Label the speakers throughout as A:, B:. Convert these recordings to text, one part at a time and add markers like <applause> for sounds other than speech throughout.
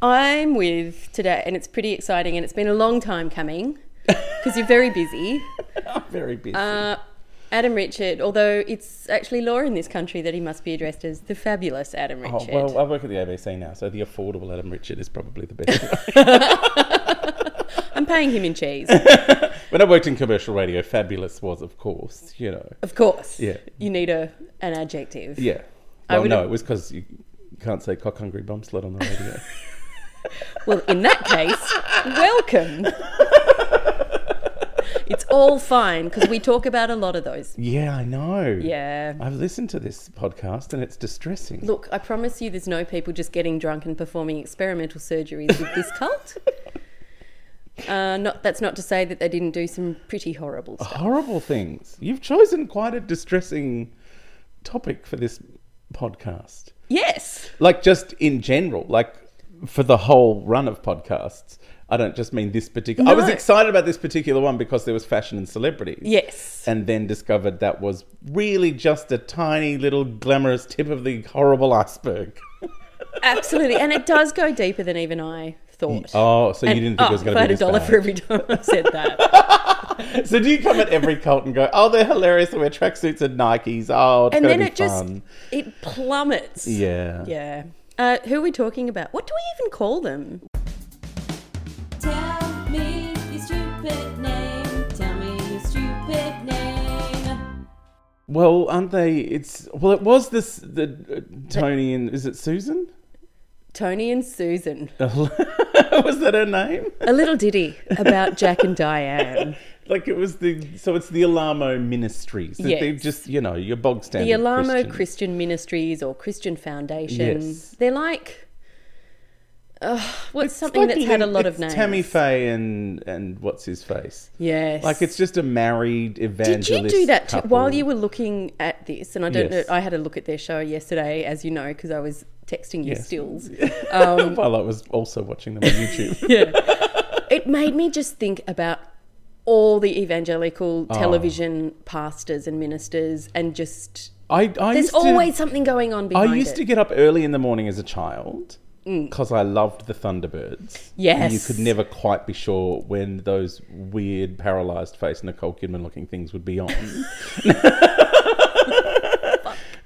A: Oh,
B: I'm with today, and it's pretty exciting, and it's been a long time coming because you're very busy.
C: I'm very busy.
B: Uh, Adam Richard, although it's actually law in this country that he must be addressed as the fabulous Adam
C: oh,
B: Richard.
C: well, I work at the ABC now, so the affordable Adam Richard is probably the best. <laughs>
B: I'm paying him in cheese,
C: when I worked in commercial radio, fabulous was, of course, you know.
B: of course.
C: Yeah.
B: You need a an adjective.
C: Yeah.
B: I
C: Well, no,
B: would've-
C: it was because you can't say cock hungry bomb slut on
B: <laughs>
C: the radio.
B: Well, in that case,
C: <laughs>
B: welcome. it's all fine because we talk about a lot of those.
C: yeah, I know.
B: Yeah.
C: I've listened to this podcast and it's distressing.
B: Look, I promise you, there's no people just getting drunk and performing experimental surgeries with
C: <laughs>
B: this cult. Uh, not, that's not to say that they didn't do some pretty horrible stuff.
C: Horrible things. You've chosen quite a distressing topic for this podcast.
B: Yes,
C: Like, just in general, like for the whole run of podcasts. I don't just mean this particular. I was
B: No.
C: excited about this particular one because there was fashion and celebrities.
B: yes.
C: and then discovered that was really just a tiny little glamorous tip of the horrible iceberg.
B: Absolutely, and it does go deeper than even I thought.
C: Oh, so
B: And-
C: you didn't
B: oh,
C: think it was
B: if
C: going
B: I
C: to
B: had a
C: be this
B: dollar
C: bad.
B: for every time I said that.
C: <laughs> So do you come at every cult and go, "Oh, they're hilarious! They wear tracksuits and Nikes. Oh, it's
B: and
C: going
B: then
C: to be
B: it just
C: fun."
B: it plummets.
C: Yeah.
B: yeah. Uh, who are we talking about? What do we even call them?
A: Tell me your stupid name. Tell me your stupid name.
C: Well, aren't they? It's well, it was this the uh, Tony and is it Susan? <laughs>
B: Tony and Susan.
C: was that her name?
B: A little ditty about Jack and Diane.
C: Like it was the so it's the Alamo Ministries.
B: Yes.
C: They're just you know your bog standard.
B: the Alamo Christian.
C: Christian.
B: Ministries or Christian Foundation.
C: Yes.
B: They're like, Ugh what's
C: It's
B: something
C: like
B: that's had a
C: Lin-
B: lot of
C: it's
B: names?
C: Tammy Faye and and what's his face?
B: Yes.
C: Like it's just a married
B: Did
C: evangelist.
B: you do that too,
C: couple.
B: while
C: <laughs>
B: you were looking at this? And I don't
C: Yes.
B: know. I had a look at their show yesterday, as you know, because I was texting you
C: Yes. <laughs>
B: stills. Um,
C: while I was also watching them on
B: <laughs>
C: YouTube.
B: yeah. It made me just think about all the evangelical
C: Oh.
B: television pastors and ministers, and just
C: I, I
B: there's
C: used to-
B: always something going on behind
C: I used
B: it. Mm.
C: to get up early in the morning as a child because I loved the Thunderbirds. And you
B: Yes.
C: could never quite be sure when those weird, paralyzed face Nicole Kidman looking things
B: <laughs>
C: would be on.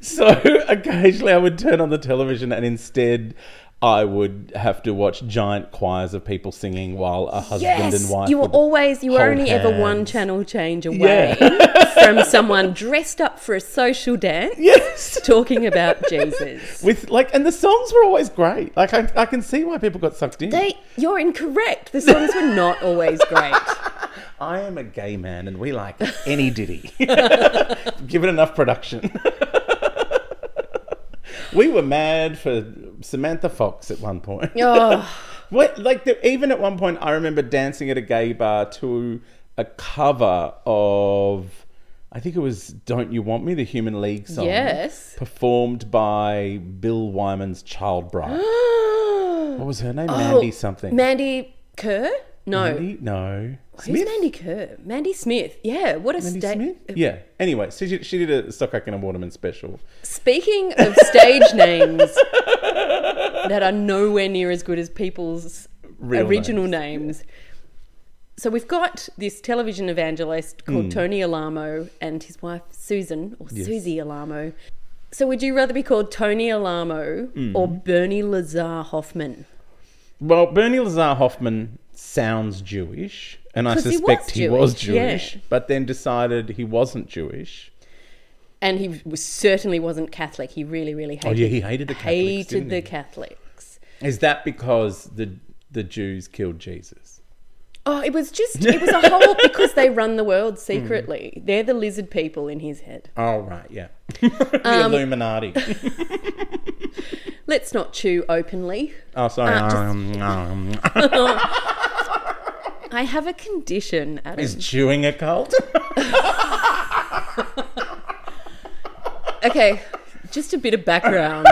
C: so occasionally I would turn on the television and instead. I would have to watch giant choirs of people singing while a husband and wife.
B: you were
C: would-
B: always you were
C: hold
B: only ever one
C: hands.
B: channel change away
C: <laughs>
B: from someone dressed up for a social dance
C: Yes.
B: talking
C: <laughs>
B: about Jesus.
C: with like and the songs were always great like i, I can see why people got sucked in
B: They, you're incorrect. The songs were not always great.
C: i am a gay man and we like any ditty
B: <laughs>
C: give it enough production we were mad for samantha fox at one point
B: <laughs> Oh,
C: what, like the, even at one point i remember dancing at a gay bar to a cover of i think it was don't you want me the human league song
B: Yes.
C: performed by bill wyman's child
B: <gasps>
C: bride what was her name <gasps> mandy something
B: Oh, Mandy Kerr? No.
C: Mandy? No.
B: Who's Mandy Kerr? Mandy Smith. Yeah, what a uh,
C: Mandy
B: stage.
C: Smith? Yeah. Anyway, so she, she did a Stockrack and a Waterman special.
B: Speaking of
C: <laughs>
B: stage names that are nowhere near as good as people's
C: Real
B: original names. So we've got this television evangelist called
C: Mm.
B: Tony Alamo and his wife Susan or Susie Alamo. So would you rather be called Tony Alamo
C: Mm.
B: or Bernie Lazar Hoffman?
C: Well, Bernie Lazar Hoffman sounds Jewish, and I
B: 'Cause he was
C: suspect he was Jewish,
B: Jewish, yeah.
C: but then decided he wasn't Jewish.
B: And he was, certainly wasn't Catholic. He really, really hated.
C: Oh, yeah, he hated the Catholics,
B: Hated
C: didn't
B: the
C: he?
B: Catholics.
C: Is that because the the Jews killed Jesus?
B: Oh, it was just it was
C: <laughs>
B: a whole because they run the
C: Mm.
B: world secretly. They're the lizard people in his head.
C: Oh, right, yeah. <laughs> the
B: Um, <laughs>
C: Illuminati.
B: Let's not chew
C: <laughs>
B: openly. <laughs>
C: Oh, sorry.
B: Uh, just-
C: Um, um,
B: I have a condition, Adam.
C: is chewing a cult?
B: Okay, just a bit of background.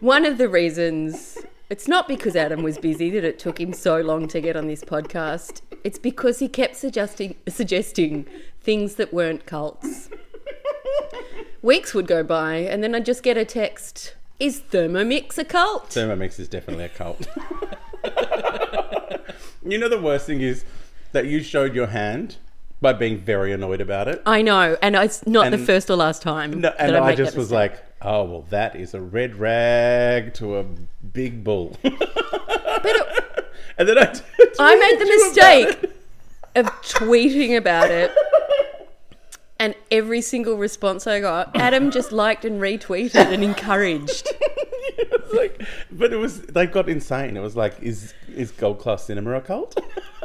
B: One of the reasons it's not because Adam was busy that it took him so long to get on this podcast. It's because he kept suggesting suggesting things that weren't cults. Weeks would go by and then I'd just get a text Is Thermomix a cult?
C: Thermomix is definitely a cult. you know, the worst thing is that you showed your hand by being very annoyed about it.
B: I know, and it's not the
C: And-
B: first or last time.
C: No, and
B: that
C: I
B: Oh, make that
C: just was
B: mistake.
C: like, oh, well, that is a red rag to a big bull. and then I, <laughs>
B: I made the
C: tweeted you about
B: mistake of tweeting about it. And every single response I got, Adam just liked and retweeted and encouraged.
C: <laughs> it. It's like, but it was, they got insane. It was like, is, is gold class cinema a cult? <laughs>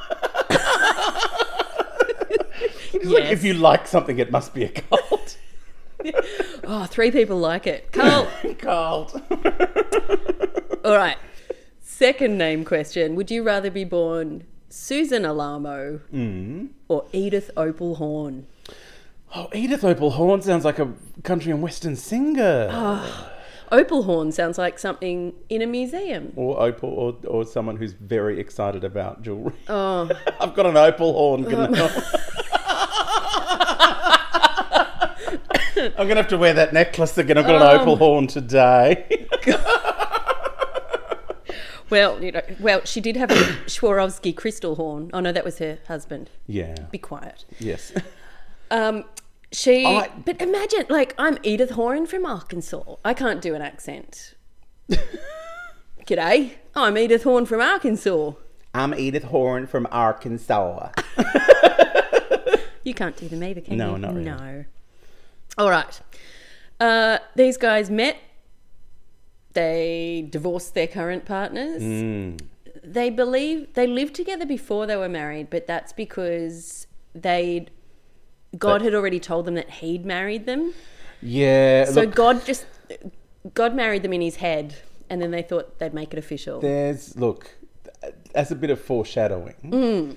C: It's like, if you like something, it must be a cult.
B: Oh, three people like it. Cult.
C: <laughs> cult.
B: All right. Second name question. Would you rather be born Susan Alamo or Edith Opal Horn?
C: Oh, Edith Opal Horn sounds like a country and western singer.
B: Opal Horn sounds like something in a
C: <laughs>
B: museum.
C: Or opal, or, or someone who's very excited about jewelry. Oh. <laughs> I've got an opal horn. Can
B: <laughs>
C: I'm gonna have to wear that necklace again. I've got an opal horn today. <laughs>
B: Well, you know, well, she did have a Swarovski crystal horn. Oh no, that was her husband.
C: yeah.
B: Be quiet.
C: yes.
B: Um, she.
C: I-
B: but imagine, like, I'm Edith Horan from Arkansas. I can't do an accent. G'day, I'm Edith Horn from Arkansas.
C: I'm Edith Horn from Arkansas.
B: You can't do them either, can
C: No,
B: you?
C: not really.
B: No. All right. Uh, these guys met. They divorced their current partners.
C: Mm.
B: They believe they lived together before they were married, but that's because they God
C: That-
B: had already told them that he'd married them.
C: Yeah.
B: So
C: look,
B: God just God married them in his head, and then they thought they'd make it official.
C: there's look, as a bit of foreshadowing.
B: Mm.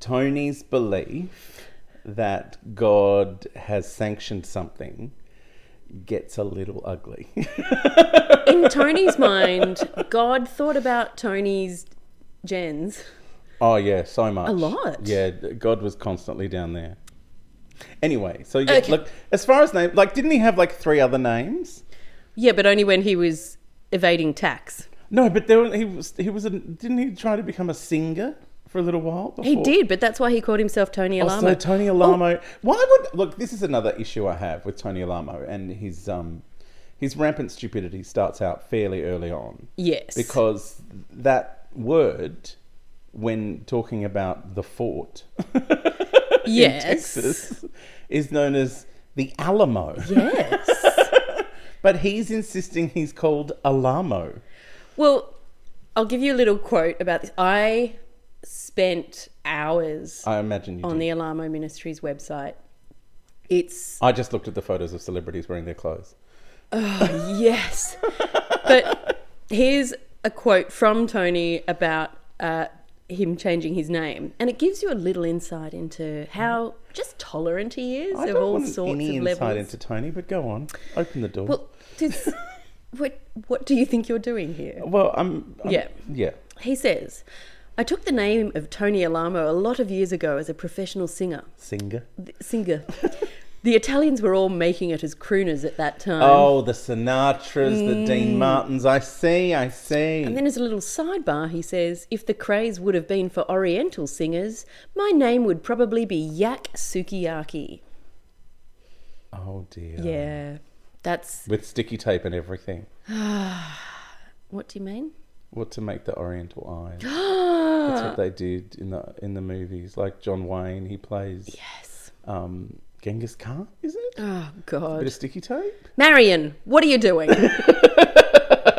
C: Tony's belief that God has sanctioned something gets a little ugly.
B: in Tony's mind, God thought about Tony's Jen's.
C: <laughs> Oh yeah, so much. A
B: lot.
C: Yeah, God was constantly down there. Anyway, so yeah,
B: Okay.
C: look, as far as name, like, didn't he have like three other names?
B: Yeah, but only when he was evading tax.
C: No, but there were, he was he was a, didn't he try to become a singer for a little while? Before?
B: He did, but that's why he called himself Tony Alamo.
C: Also, Tony
B: Oh.
C: Alamo. Why would look? This is another issue I have with Tony Alamo and his um his rampant stupidity starts out fairly early on.
B: yes.
C: because that word when talking about the fort <laughs>
B: Yes.
C: in Texas is known as the Alamo.
B: Yes.
C: But he's insisting he's called Alamo.
B: well, I'll give you a little quote about this. I spent hours
C: I imagine you
B: on
C: did.
B: the Alamo Ministries website. It's
C: I just looked at the photos of celebrities wearing their clothes.
B: yes. but here's a quote from Tony about uh, him changing his name, and it gives you a little insight into how just tolerant he is
C: I
B: of
C: don't
B: all
C: want
B: sorts
C: any
B: of
C: insight
B: levels.
C: into Tony, but go on. Open the door.
B: Well,
C: Well, <laughs>
B: does, what what do you think you're doing
C: Oh,
B: here?
C: I'm, I'm-
B: Yeah.
C: Yeah.
B: He says, "I took the name of Tony Alamo a lot of years ago as a professional singer.
C: Singer.
B: Th-
C: <laughs>
B: Singer." The Italians were all making it as crooners at that time.
C: Oh, the Sinatras, the Dean Martins. I see, I see.
B: Mm. And then, as a little sidebar, he says, if the craze would have been for Oriental singers, my name would probably be Yak Sukiyaki.
C: oh, dear.
B: Yeah, that's.
C: With sticky tape and everything.
B: What do you mean?
C: What to make the
B: <gasps>
C: Oriental eyes? That's what they did in the in the movies. Like John Wayne, he plays
B: Yes.
C: um, Genghis Khan, is it? A
B: Oh,
C: bit
B: God.
C: of sticky tape.
B: Marion, what are you
C: <laughs>
B: doing? oh,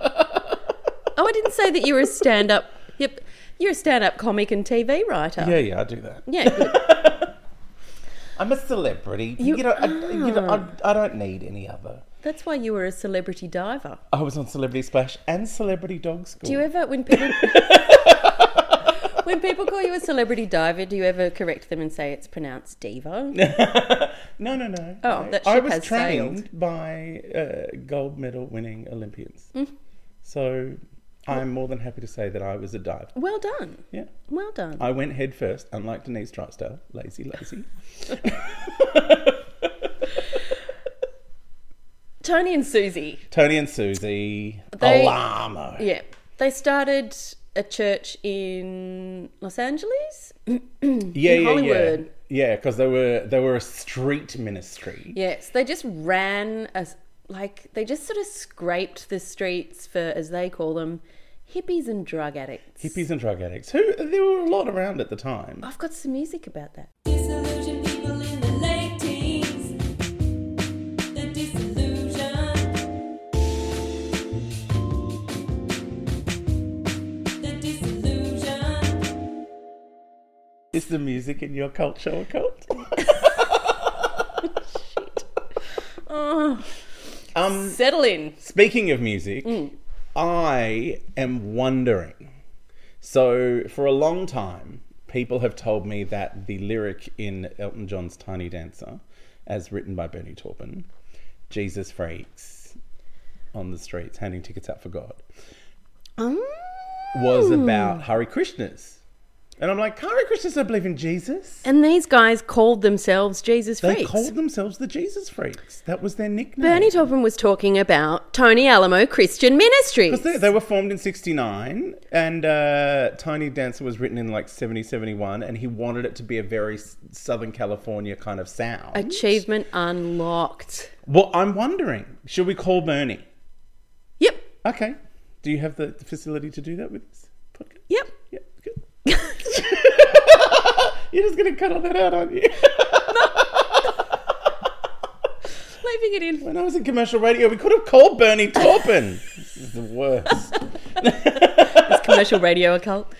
B: I didn't say that you were a stand up. Yep. You're a stand up comic and TV writer.
C: Yeah, yeah, I do that.
B: Yeah, good.
C: I'm a celebrity.
B: You
C: You, know, I, you know I, I don't need any other.
B: that's why you were a celebrity diver.
C: I was on Celebrity Splash and Celebrity Dog School.
B: Do you ever, when people. When people call you a celebrity diver, do you ever correct them and say it's pronounced diva?
C: no, no, no.
B: Oh,
C: no.
B: that
C: I
B: ship
C: was
B: has
C: trained
B: sailed.
C: by uh, gold medal winning Olympians,
B: Mm.
C: so I'm more than happy to say that I was a diver.
B: Well done.
C: Yeah,
B: Well done.
C: I went head first, unlike Denise Drysdale.
B: <laughs>
C: Lazy, lazy.
B: Tony and Susie.
C: Tony and Susie.
B: They-
C: Alamo.
B: Yeah. They started a church in Los Angeles. <clears throat>
C: yeah,
B: in
C: yeah,
B: Hollywood.
C: yeah. Yeah, because they were they were a street ministry.
B: Yes, they just ran as like they just sort of scraped the streets for as they call them hippies and drug addicts.
C: Hippies and drug addicts. Who there were a lot around at the time.
B: I've got some music about that.
A: Disillusioned people in the late teens. The disillusion. The disillusion.
C: Is the music in your culture a cult?
B: Oh,
C: Um,
B: settle in.
C: speaking of music, I am wondering. So for a long time, people have told me that the lyric in Elton John's Tiny Dancer, as written by Bernie Taupin, Jesus freaks on the streets handing tickets out for God,
B: Um,
C: was about Hare Krishnas. And I'm like, Hare Krishnas don't believe in Jesus.
B: and these guys called themselves Jesus
C: They
B: Freaks.
C: called themselves the Jesus Freaks. That was their nickname.
B: Bernie Taupin was talking about Tony Alamo Christian Ministries.
C: Because they, they were formed in 69, and uh, Tiny Dancer was written in like 70, 71, and he wanted it to be a very s- Southern California kind of sound.
B: Achievement unlocked.
C: well, I'm wondering, should we call Bernie?
B: Yep.
C: Okay. Do you have the facility to do that with this podcast?
B: Yep.
C: Yeah, good. <laughs> You're just going to cut all that out, aren't you? <laughs>
B: Leaving it in.
C: When I was in commercial radio, we could have called Bernie Taupin. this is the worst.
B: It's commercial radio occult.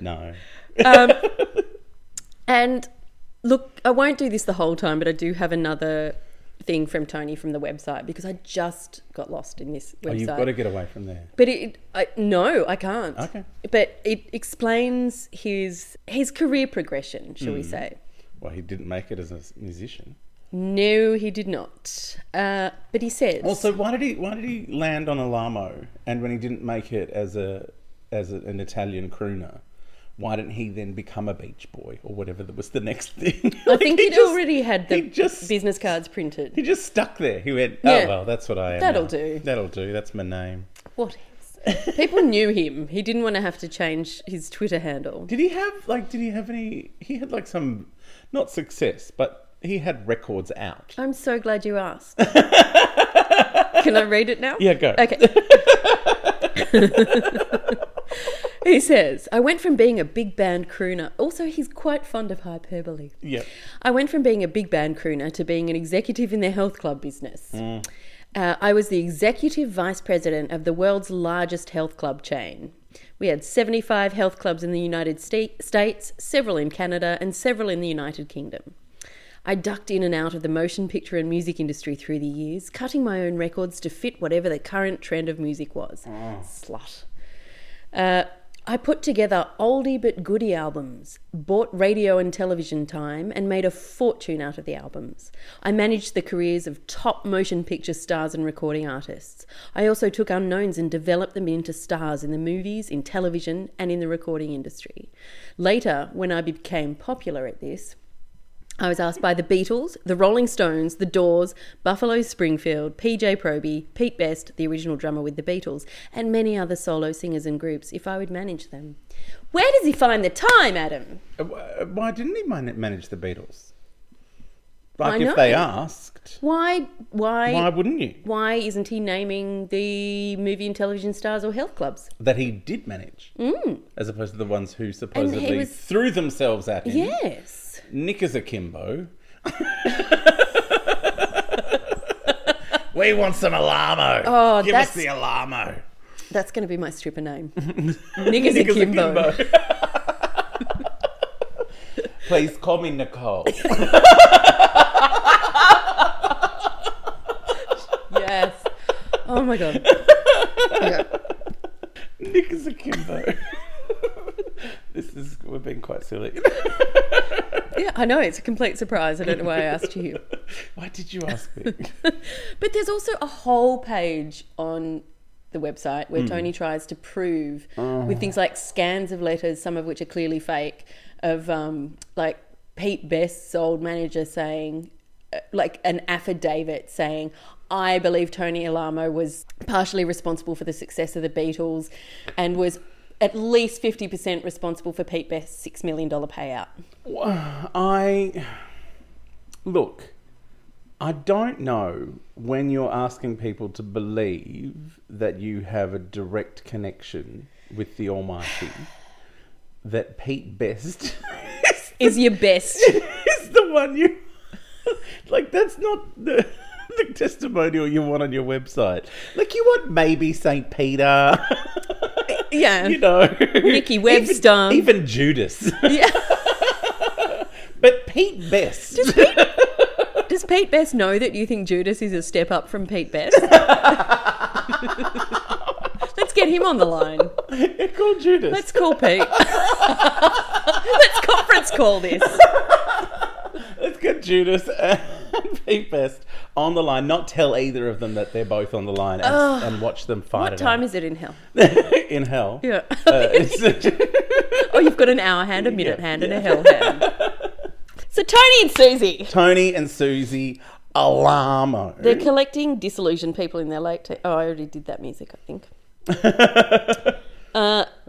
C: No.
B: And look, I won't do this the whole time, but I do have another thing from Tony from the website because I just got lost in this website.
C: Oh, you've got to get away from there.
B: But it, I, no, I can't.
C: Okay.
B: But it explains his his career progression, shall we say?
C: Well, he didn't make it as a s- musician.
B: No, he did not. Uh, but he says
C: Also, why did he why did he land on Alamo? And when he didn't make it as a as a, an Italian crooner, why didn't he then become a beach boy or whatever that was the next <laughs> thing?
B: I think he'd already had the
C: he just-
B: business cards printed.
C: He just stuck there. He went, oh
B: Yeah.
C: well, that's what I am.
B: That'll
C: now.
B: do.
C: That'll do. That's my name.
B: What? else? People knew him. He didn't want to have to change his Twitter handle.
C: Did he have like? Did he have any? He had like some, not success, but he had records out.
B: I'm so glad you asked. Can I read it now?
C: Yeah, go.
B: Okay. <laughs> he says, I went from being a big band crooner. Also, he's quite fond of hyperbole.
C: Yeah.
B: I went from being a big band crooner to being an executive in their health club business. Uh, I was the executive vice president of the world's largest health club chain. We had 75 health clubs in the United Sta- States, several in Canada, and several in the United Kingdom. I ducked in and out of the motion picture and music industry through the years, cutting my own records to fit whatever the current trend of music was. Slut. Uh, I put together oldie but goodie albums, bought radio and television time, and made a fortune out of the albums. I managed the careers of top motion picture stars and recording artists. I also took unknowns and developed them into stars in the movies, in television, and in the recording industry. Later, when I became popular at this, I was asked by the Beatles, the Rolling Stones, the Doors, Buffalo Springfield, PJ Proby, Pete Best, the original drummer with the Beatles, and many other solo singers and groups if I would manage them. Where does he find the time, Adam?
C: Uh, wh- Why didn't he man- manage the Beatles? Like
B: I
C: if they
B: know.
C: asked,
B: Why why
C: why
B: why,
C: wouldn't you?
B: isn't he naming the movie and television stars or health clubs?
C: that he did manage, as opposed to the ones who supposedly
B: Mm. was-
C: threw themselves at him.
B: Yes. <laughs>
C: Knickers akimbo. we want some Alamo.
B: Oh,
C: Give
B: that's-
C: us the Alamo.
B: That's going to be my stripper name. Niggas Akimbo. <laughs>
C: Please call me Nicole.
B: Yes. Oh my god. Yeah.
C: Knickers akimbo. <laughs> this is we're being quite silly. <laughs>
B: yeah, I know it's a complete surprise. I don't know why I asked you.
C: Why did you ask me?
B: <laughs> But there's also a whole page on the website
C: Hmm.
B: where Tony tries to prove
C: Oh.
B: with things like scans of letters, some of which are clearly fake, of um, like Pete Best's old manager saying, uh, like an affidavit saying, I believe Tony Alamo was partially responsible for the success of the Beatles and was at least 50% responsible for Pete Best's $6 million payout.
C: I look. I don't know when you're asking people to believe that you have a direct connection with the Almighty. That Pete Best <laughs> is,
B: Is your best.
C: is the one you like. That's not the, the testimonial you want on your website. Like you want maybe Saint Peter, <laughs>
B: Yeah.
C: <laughs> you know,
B: Nicky
C: Even-
B: Uh, Webster.
C: even, Judas,
B: yeah.
C: but Pete Best.
B: Does Pete Best know that you think Judas is a step up from Pete Best? <laughs> Let's get him on the line.
C: <laughs> Call Judas.
B: Let's call Pete. <laughs> Let's conference call this.
C: Let's get Judas <laughs> and Pete Best on the line. Not tell either of them that they're both on the line and, and watch them fight
B: What time is it in hell?
C: it <laughs> in hell?
B: Yeah.
C: Uh, it's-
B: oh, you've got an hour hand, a minute
C: Yeah,
B: hand, and a hell hand. <laughs> So Tony and Susie,
C: <laughs> Tony and Susie Alamo.
B: they're collecting disillusioned people in their late. Te- oh, I already did that music. I think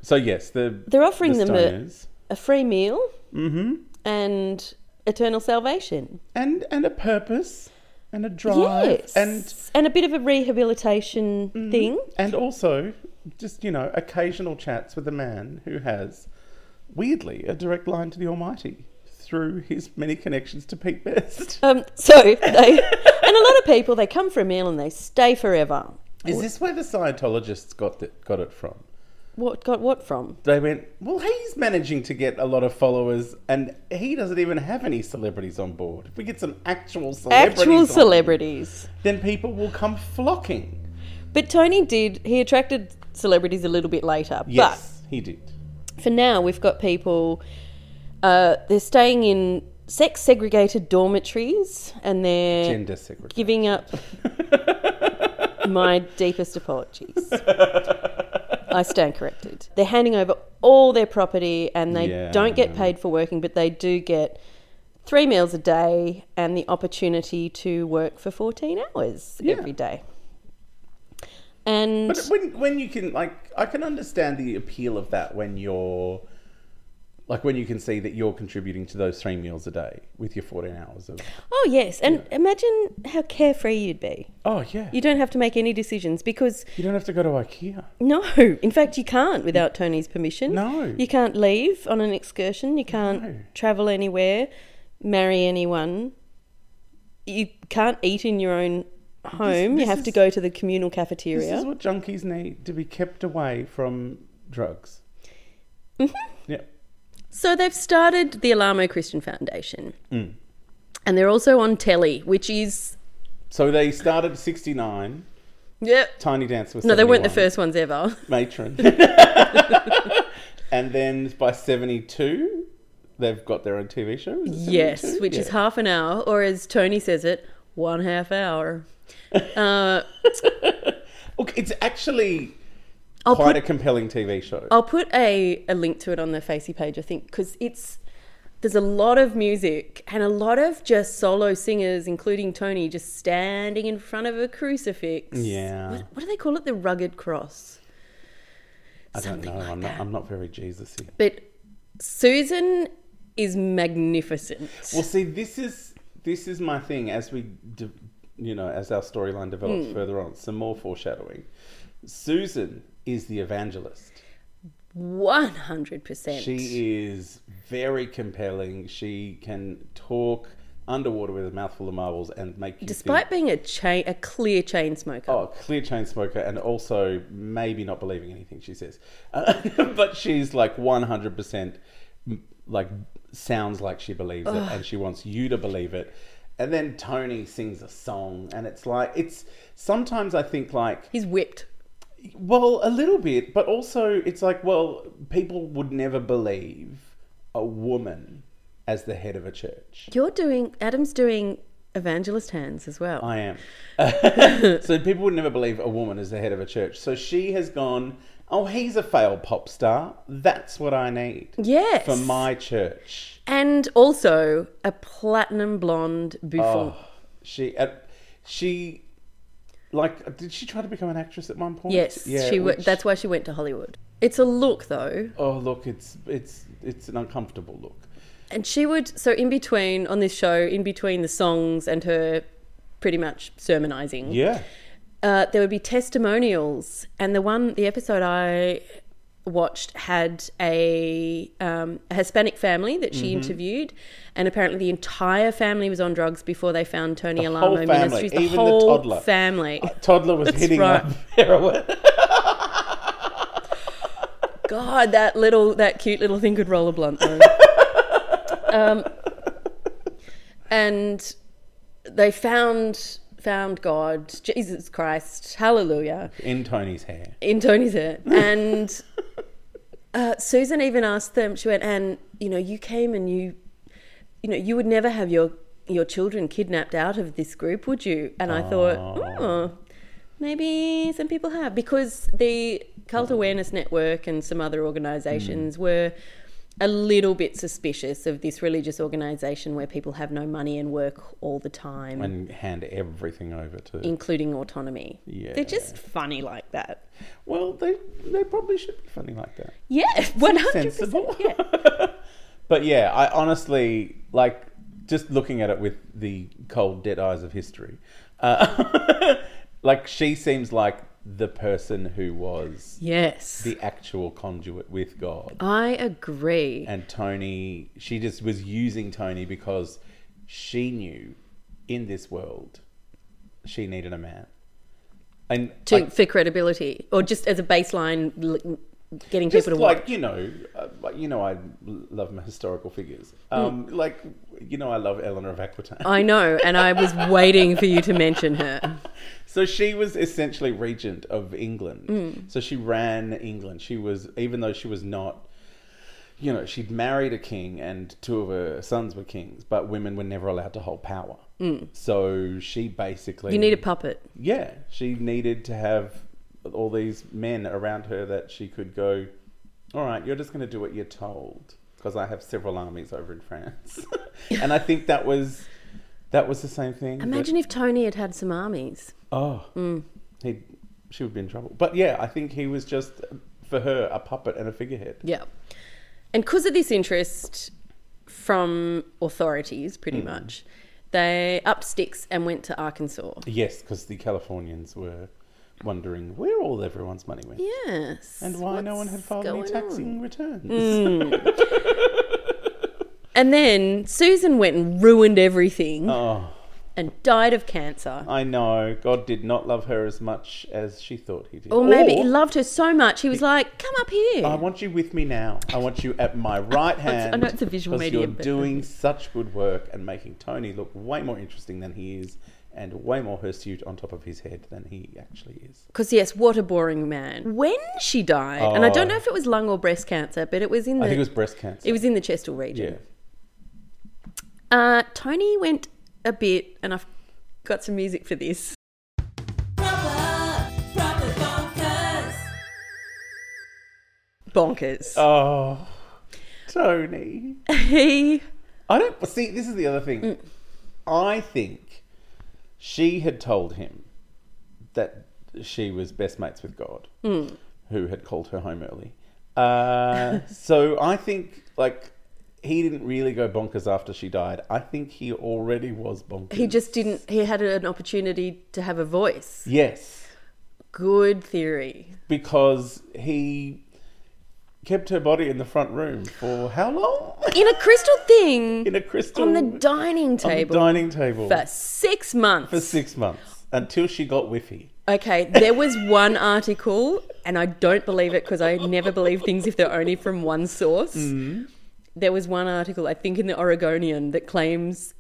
C: so yes, the
B: they're offering
C: the
B: them a,
C: stoners.
B: a free meal Mm-hmm. and eternal salvation.
C: and and a purpose and a drive
B: yes,
C: and
B: and Mm-hmm. a bit of a rehabilitation thing.
C: and also just you know occasional chats with a man who has weirdly a direct line to the Almighty through his many connections to Pete Best.
B: Um, <laughs> so they, and a lot of people they come for a meal and they stay forever.
C: <laughs> Is this where the Scientologists got it, got it from?
B: What got what from?
C: They went, well, he's managing to get a lot of followers, and he doesn't even have any celebrities on board. If we get some actual celebrities,
B: Actual
C: on,
B: celebrities.
C: then people will come flocking.
B: But Tony did. He attracted celebrities a little bit later.
C: Yes, he did.
B: But for now, we've got people. Uh, they're staying in sex segregated dormitories, and they're
C: Gender segregation.
B: giving
C: <laughs>
B: up. my deepest apologies. I stand corrected. They're handing over all their property, and they
C: Yeah.
B: don't get paid for working, but they do get three meals a day and the opportunity to work for fourteen hours
C: Yeah.
B: every day. And
C: But when when you can like, I can understand the appeal of that when you're. Like when you can see that you're contributing to those three meals a day with your 14 hours of.
B: Oh yes, and imagine how carefree you'd be.
C: Oh, yeah.
B: You don't have to make any decisions because
C: You don't have to go to IKEA.
B: no, in fact you can't without Tony's permission.
C: No.
B: You can't leave on an excursion, you can't
C: No.
B: travel anywhere, marry anyone. You can't eat in your own home.
C: this
B: you have to
C: is-
B: go to the communal
C: This
B: cafeteria.
C: is what junkies need to be kept away from drugs.
B: Mm-hmm.
C: Yeah.
B: So they've started the Alamo Christian Foundation.
C: Mm.
B: And they're also on telly, which is
C: So they started 69.
B: yep.
C: Tiny Dance was
B: No, they weren't the
C: 71,
B: first ones
C: <laughs>
B: ever.
C: Matron.
B: <laughs>
C: and then by 72, they've got their own TV show. is it
B: Yes,
C: 72?
B: which is
C: Yeah.
B: half an hour, or as Tony says it, one half hour. Uh,
C: Look, it's actually
B: I'll
C: quite
B: put Oh,
C: a compelling TV show.
B: I'll put a, a link to it on the Facey page, I think, because it's there's a lot of music and a lot of just solo singers, including Tony, just standing in front of a crucifix.
C: Yeah.
B: What, what do they call it? The rugged cross.
C: I don't
B: something
C: know.
B: like
C: I'm, not,
B: that.
C: I'm not very Jesus-y.
B: But Susan is magnificent.
C: Well, see, this is this is my thing. As we, de- you know, as our storyline develops
B: Hmm.
C: further on, some more foreshadowing. Susan is the evangelist.
B: One hundred percent.
C: She is very compelling. She can talk underwater with a mouthful of marbles and make you
B: Despite
C: think,
B: being a chain, a clear chain smoker.
C: oh clear chain smoker and also maybe not believing anything she says, <laughs> Uh, but she's like one hundred percent like sounds like she believes it and she wants you to believe it. And then Tony sings a song, and it's like it's sometimes I think like
B: He's whipped.
C: well, a little bit, but also it's like, well, people would never believe a woman as the head of a church.
B: You're doing Adam's doing evangelist hands as well.
C: I
B: <laughs>
C: am. so people would never believe a woman is the head of a church. So she has gone, oh, he's a failed pop star. That's what I need
B: yes.
C: for my church. <sighs>
B: and also a platinum blonde buffon.
C: Oh, She uh, she like did she try to become an actress at one point?
B: Yes, she. W-
C: which-
B: That's why she went to Hollywood. It's a look though,
C: Oh look, it's it's it's an uncomfortable look.
B: and she would. So in between on this show, in between the songs and her, pretty much sermonizing.
C: Yeah.
B: uh, there would be testimonials, and the one the episode I watched had a um, a Hispanic family that
C: Mm-hmm.
B: she interviewed, and apparently the entire family was on drugs before they found Tony
C: whole
B: Alamo
C: family,
B: Ministries. The
C: even the
B: whole
C: toddler.
B: family.
C: Toddler was hitting
B: right.
C: up <laughs> heroin.
B: God, that little that cute little thing could roll a blunt though. um, and they found found God, Jesus Christ, Hallelujah.
C: in Tony's hair.
B: in Tony's
C: <laughs>
B: hair. And uh, Susan even asked them, she went, and you know, you came and you, you know, you would never have your your children kidnapped out of this group, would you? And I thought, oh, maybe some people have because the
C: Mm.
B: Cult Awareness Network and some other organisations were a little bit suspicious of this religious organisation where people have no money and work all the time.
C: And hand everything over to.
B: Including autonomy.
C: Yeah.
B: They're just funny like that.
C: well, they they probably should be funny like that.
B: Yeah, one hundred
C: sensible.
B: percent. Yeah,
C: <laughs> But yeah, I honestly like just looking at it with the cold, dead eyes of history. Uh, <laughs> like she seems like the person who was
B: Yes.
C: the actual conduit with God,
B: I agree.
C: and Tony, she just was using Tony because she knew in this world she needed a man. And
B: To,
C: like,
B: for credibility, or just as a baseline, l- getting
C: just
B: people to
C: like
B: watch.
C: you know, uh, like, you know, I love my historical figures. Um, Like you know, I love Eleanor of Aquitaine.
B: Hmm. I know, and I was waiting for you to mention her.
C: <laughs> So she was essentially regent of England.
B: Hmm.
C: So she ran England. She was, even though she was not, you know, she'd married a king and two of her sons were kings, but women were never allowed to hold power. So she basically.
B: Hmm. You need a puppet.
C: Yeah, she needed to have all these men around her that she could go, all right, you're just going to do what you're told because I have several armies over in France. <laughs> and I think that was. That was the same thing. that-
B: Imagine Mm. if Tony had had some armies.
C: Oh, he she would be in trouble. But yeah, I think he was just for her a puppet and a figurehead.
B: Yeah. And because of this interest from authorities,
C: Hmm.
B: pretty much, they up sticks and went to Arkansas.
C: Yes, because the Californians were wondering where all everyone's money went
B: Yes.
C: and why no one had
B: What's
C: filed any
B: going on? Mm.
C: taxing returns.
B: And then Susan went and ruined everything
C: Oh,
B: and died of cancer.
C: I know. God did not love her as much as she thought he did.
B: Or maybe he
C: Or, Oh.
B: loved her so much he was like, "Come up here."
C: I want you with me now. I want you
B: <laughs>
C: at my right hand.
B: know Oh, it's a visual
C: 'cause
B: medium,
C: You're
B: but-
C: doing such good work and making Tony look way more interesting than he is, and way more hirsute on top of his head than he actually is.
B: Because yes, what a boring man. When she died, and I don't know if it was lung or breast cancer, but it was in the
C: Oh. I think it was breast cancer.
B: it was in the chestal
C: yeah.
B: region. Uh, Tony went a bit, and I've got some music for this.
A: Proper, proper bonkers.
B: Bonkers.
C: Oh, Tony.
B: <laughs> He
C: I don't see. This is the other thing. I think she had told him that she was best mates with God, who had called her home early.
B: <laughs>
C: Uh, so I think like he didn't really go bonkers after she died. I think he already was bonkers.
B: he just didn't. He had an opportunity to have a voice.
C: yes.
B: Good theory.
C: because he kept her body in the front room for how long?
B: In a crystal thing
C: <laughs> in a crystal
B: on the dining
C: on the
B: table
C: dining table
B: for six months.
C: for six months until she got whiffy.
B: Okay, there was one article, and I don't believe it because I never believe things if they're only from one source.
C: Mm-hmm.
B: There was one article, I think, in the Oregonian that claims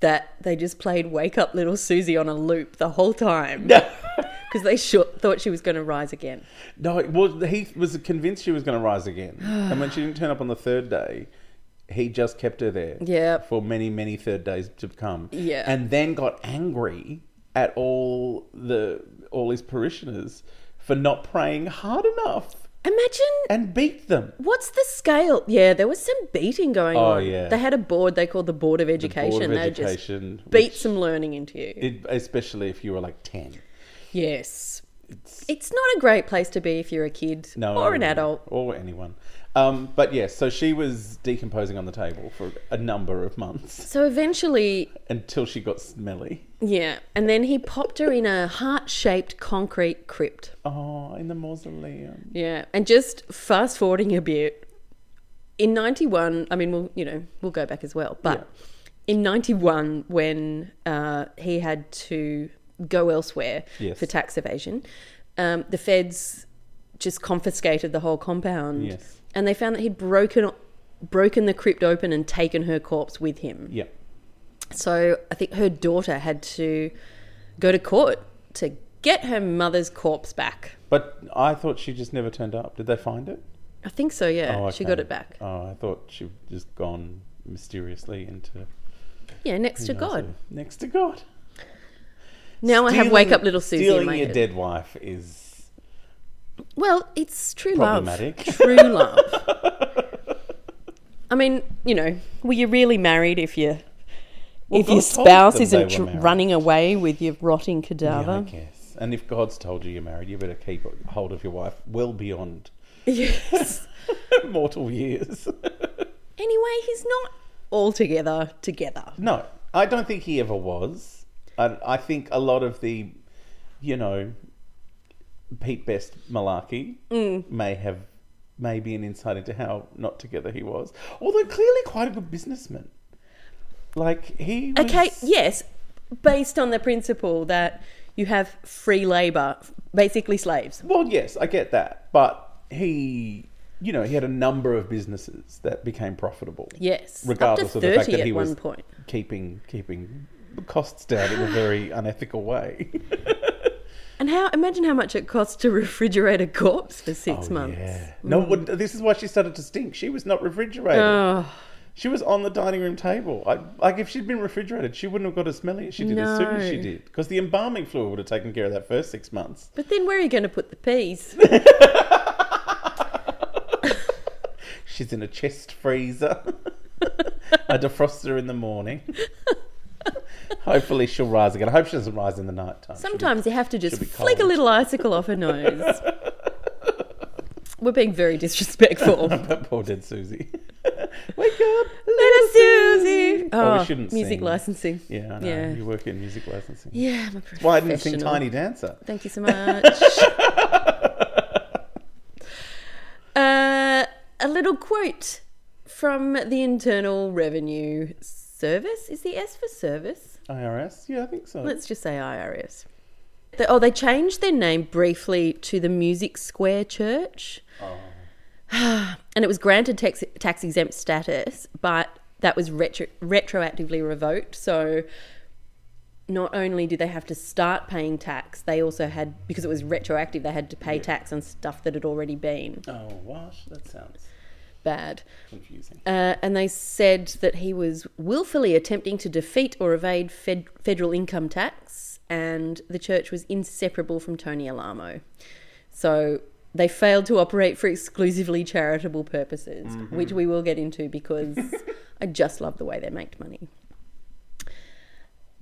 B: that they just played Wake Up Little Susie on a loop the whole time because they sure thought she was going to rise again.
C: <laughs> no, it was, he was convinced she was going to
B: <sighs>
C: rise again, and when she didn't turn up on the third day. He just kept her there
B: Yeah.
C: for many, many third days to come.
B: Yeah.
C: And then got angry at all the all his parishioners for not praying hard enough.
B: Imagine
C: and beat them.
B: What's the scale? Yeah, there was some beating going
C: Oh,
B: on.
C: yeah.
B: They had a board they called the Board of Education.
C: Board of
B: they
C: Education,
B: just beat
C: which-
B: some learning into you.
C: It, especially if you were like 10.
B: yes. It's, not a great place to be if you're a kid
C: No,
B: or an adult.
C: or anyone. Um, but yes, so she was decomposing on the table for a number of months
B: So eventually,
C: until she got smelly.
B: yeah. And then he popped her in a heart shaped concrete crypt.
C: Oh, in the mausoleum.
B: Yeah. And just fast forwarding a bit, in 91, I mean, we'll, you know, we'll go back as well. But in 91, when uh, he had to go elsewhere
C: Yes.
B: for tax evasion, um, the feds just confiscated the whole compound.
C: Yes.
B: And they found that he'd broken broken the crypt open and taken her corpse with him.
C: Yeah.
B: So I think her daughter had to go to court to get her mother's corpse back.
C: But I thought she just never turned up. Did they find it?
B: I think so, yeah.
C: Oh,
B: She
C: okay.
B: got it back.
C: Oh, I thought she'd just gone mysteriously into
B: Yeah, next to
C: who knows
B: God.
C: who. Next to God.
B: Now I have wake
C: Stealing-
B: up little Susie in
C: Stealing
B: my
C: your
B: head.
C: dead wife is
B: Well, it's true love.
C: Problematic.
B: True love.
C: <laughs>
B: I mean, you know, were you really married if you if
C: God
B: your
C: told
B: spouse
C: them
B: isn't
C: they
B: tr-
C: were married.
B: running away with your rotting
C: yeah, I
B: cadaver?
C: guess. And if God's told you you're married, you better keep hold of your wife well beyond <laughs>
B: Yes.
C: mortal years. <laughs>
B: anyway, he's not altogether together.
C: No, I don't think he ever was. I, I think a lot of the, you know, Pete Best malarkey
B: Mm.
C: may have maybe an insight into how not together he was. Although clearly quite a good businessman. Like he was,
B: Okay, yes, based on the principle that you have free labor, basically slaves.
C: Well, yes, I get that, but he, you know, he had a number of businesses that became profitable.
B: Yes,
C: regardless
B: up to
C: of
B: thirty
C: the fact that
B: at
C: he
B: one
C: was
B: point.
C: keeping keeping costs down in a very unethical way. <laughs>
B: And how? Imagine how much it costs to refrigerate a corpse for six
C: Oh,
B: months.
C: Yeah. No, well, this is why she started to stink. She was not refrigerated.
B: Ugh.
C: She was on the dining room table. I, like, if she'd been refrigerated, she wouldn't have got as smelly as she did as soon as she
B: No.
C: did. Because the embalming fluid would have taken care of that first six months.
B: But then where are you going to put the
C: <laughs>
B: peas?
C: She's in a chest freezer. <laughs> I defrost her in
B: <laughs>
C: the morning. Hopefully, she'll rise again. I hope she doesn't rise in the night time. <laughs>
B: Sometimes you have to just
C: should be
B: flick a
C: cold.
B: little icicle off her nose. We're being very
C: <laughs>
B: disrespectful.
C: Poor dead Susie. <laughs> Wake up.
B: Little Susie.
C: Oh, we
B: Oh,
C: shouldn't
B: music
C: sing.
B: licensing.
C: Yeah, I know.
B: Yeah.
C: You work in music licensing.
B: Yeah, I'm a
C: Why I didn't sing
B: professional.
C: Tiny Dancer?
B: Thank you so much.
C: <laughs>
B: uh, a little quote from the Internal Revenue Service. Is the S for service?
C: IRS? Yeah, I think so.
B: Let's just say IRS. They, oh, they changed their name briefly to the Music Square Church. <sighs> and it was granted tax, tax exempt status, but that was retro, retroactively revoked. So not only did they have to start paying tax, they also had, because it was retroactive, they had to pay tax on stuff that had already been
C: Oh, wash. That sounds
B: bad.
C: confusing.
B: Uh, and they said that he was willfully attempting to defeat or evade fed- federal income tax, and the church was inseparable from Tony Alamo. So they failed to operate for exclusively charitable purposes, which we will get into because <laughs> I just love the way they make money.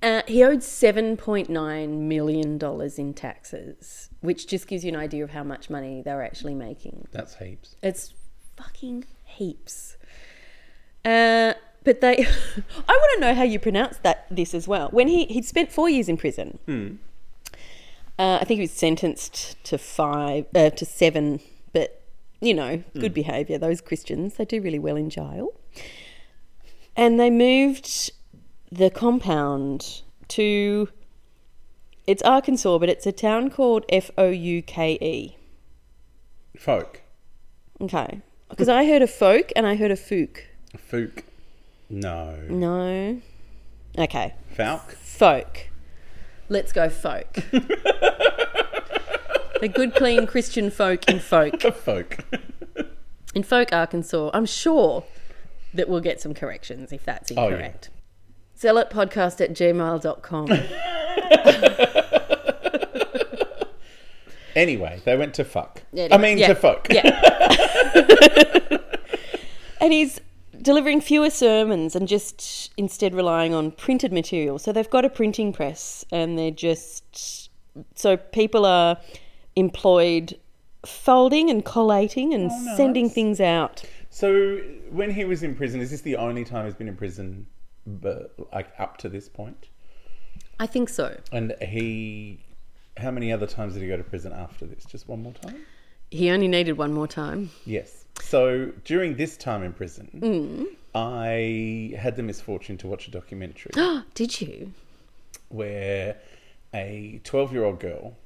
B: Uh, he owed $7.9 million in taxes, which just gives you an idea of how much money they were actually making.
C: That's heaps.
B: It's fucking heaps. Uh, but they, <laughs> I want to know how you pronounce that. This as well. When he he'd spent four years in prison. Uh, I think he was sentenced to five uh, to seven, but you know, good behaviour. Those Christians they do really well in jail. And they moved the compound to. It's Arkansas, but it's a town called F O U K E.
C: Folk.
B: Okay. Because I heard a folk and I heard a fook.
C: Fook. No.
B: No. Okay.
C: <laughs> Falk.
B: Folk. Let's go folk. the good, clean Christian folk in folk.
C: Folk.
B: In folk Arkansas, I'm sure that we'll get some corrections if that's
C: yeah.
B: incorrect. Zealotpodcast at gmail.com.
C: <laughs> Anyway, they went to fuck.
B: Yeah,
C: I mean,
B: yeah.
C: to fuck.
B: Yeah. <laughs> and he's delivering fewer sermons and just instead relying on printed material. So they've got a printing press and they're just. So people are employed folding and collating and sending things out.
C: So when he was in prison, is this the only time he's been in prison, but like up to this point?
B: I think so.
C: And he, how many other times did he go to prison after this? Just one more time?
B: He only needed one more time. <gasps>
C: Yes. So during this time in prison,
B: Mm.
C: I had the misfortune to watch a documentary
B: Did you?
C: where a 12 year old girl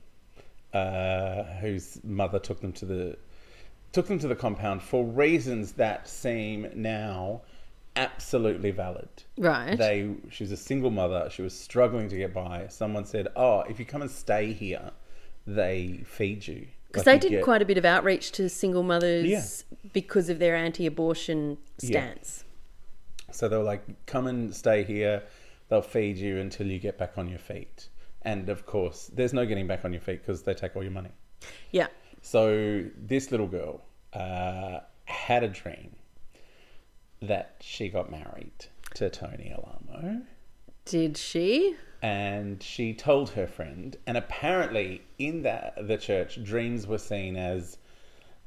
C: uh, whose mother took them to the took them to the compound for reasons that seem now absolutely valid.
B: Right.
C: They she was a single mother, she was struggling to get by. Someone said, "Oh, if you come and stay here, they feed you."
B: Because
C: Like,
B: they
C: you
B: did
C: get-
B: quite a bit of outreach to single mothers
C: Yeah.
B: because of their anti abortion stance.
C: So they were like, come and stay here. They'll feed you until you get back on your feet. And of course, there's no getting back on your feet because they take all your money.
B: Yeah.
C: So this little girl uh, had a dream that she got married to Tony Alamo.
B: Did she?
C: And she told her friend, and apparently in that the church, dreams were seen as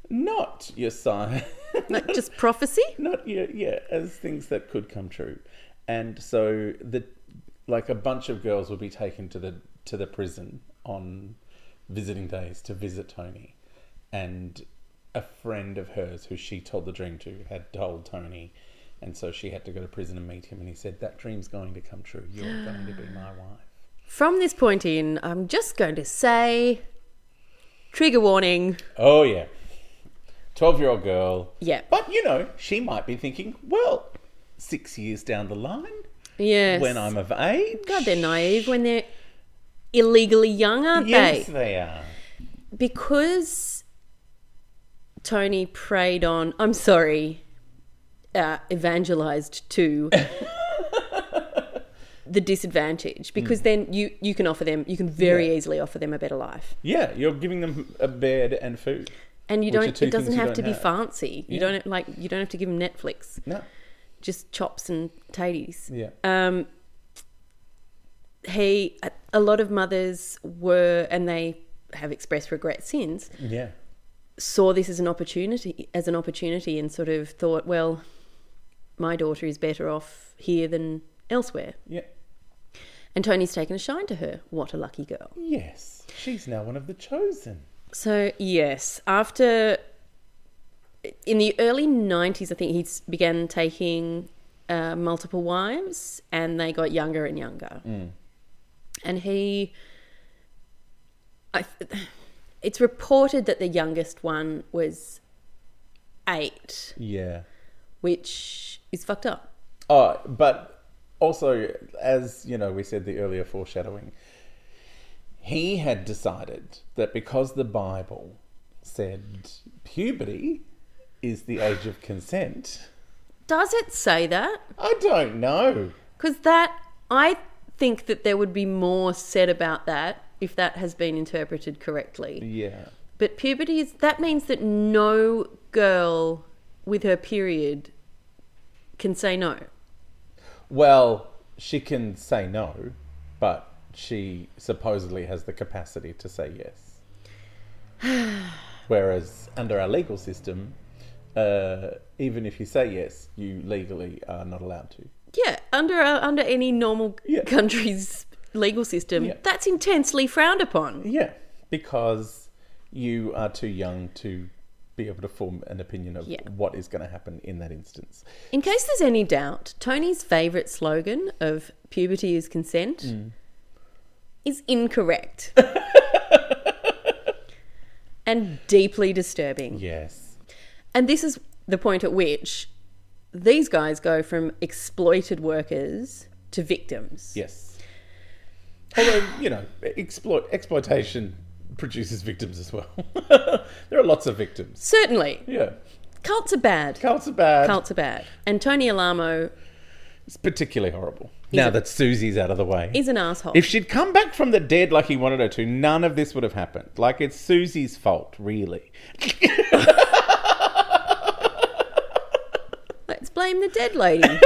C: not your sign. <laughs>
B: Like just prophecy?
C: not yeah, yeah, as things that could come true, and so the like a bunch of girls would be taken to the to the prison on visiting days to visit Tony, and a friend of hers who she told the dream to had told Tony, and so she had to go to prison and meet him, and he said that dream's going to come true.
B: <gasps>
C: You're going to be my wife.
B: From this point in, I'm just going to say trigger warning.
C: Oh yeah. 12 year old girl.
B: Yeah.
C: But you know, she might be thinking, well, six years down the line,
B: Yes.
C: when I'm of age.
B: God, they're naive when they're illegally young, aren't
C: Yes,
B: they?
C: they are.
B: Because Tony preyed on, I'm sorry, uh, evangelized
C: <laughs>
B: to the disadvantage because then you, you can offer them, you can very
C: Hmm. Yeah.
B: easily offer them a better life.
C: Yeah, you're giving them a bed and food.
B: And you
C: Which are
B: don't,
C: two
B: it doesn't
C: things you
B: have to
C: don't
B: be
C: have.
B: fancy. You
C: Yeah.
B: don't like, you don't have to give them Netflix.
C: No.
B: just chops and taties.
C: Yeah.
B: Um, he, a- a lot of mothers were, and they have expressed regret since,
C: Yeah.
B: saw this as an opportunity, as an opportunity, and sort of thought, well, my daughter is better off here than elsewhere.
C: Yeah.
B: And Tony's taken a shine to her. What a lucky girl.
C: Yes. She's now one of the chosen.
B: So yes, after in the early '90s, I think he s- began taking uh, multiple wives, and they got younger and younger. And he, I, it's reported that the youngest one was eight,
C: Yeah.
B: which is fucked up.
C: Oh, but also, as you know, we said the earlier foreshadowing, he had decided that because the Bible said puberty is the age of consent,
B: Does it say that?
C: I don't know.
B: Because that, I think that there would be more said about that if that has been interpreted correctly.
C: Yeah.
B: But puberty is that means that no girl with her period can say no.
C: Well, she can say no, but she supposedly has the capacity to say yes. Whereas under our legal system, uh, even if you say yes, you legally are not allowed to.
B: Yeah, under uh, under any normal
C: Yeah.
B: country's legal system,
C: Yeah.
B: that's intensely frowned upon.
C: Yeah, because you are too young to be able to form an opinion of
B: Yeah.
C: what is going to happen in that instance.
B: In case there's any doubt, Tony's favorite slogan of puberty is consent
C: Hmm.
B: is
C: <laughs>
B: incorrect. and deeply disturbing.
C: Yes.
B: And this is the point at which these guys go from exploited workers to victims.
C: Yes. Although, you know, exploit, exploitation produces victims as well. <laughs> there are lots of victims.
B: Certainly.
C: Yeah.
B: Cults are bad.
C: Cults are bad.
B: Cults are bad. And Tony Alamo,
C: It's particularly horrible. now
B: a-
C: that Susie's out of the way.
B: He's an asshole.
C: If she'd come back from the dead like he wanted her to, none of this would have happened. Like it's Susie's fault, really. <laughs>
B: Let's blame the dead
C: <laughs>
B: lady.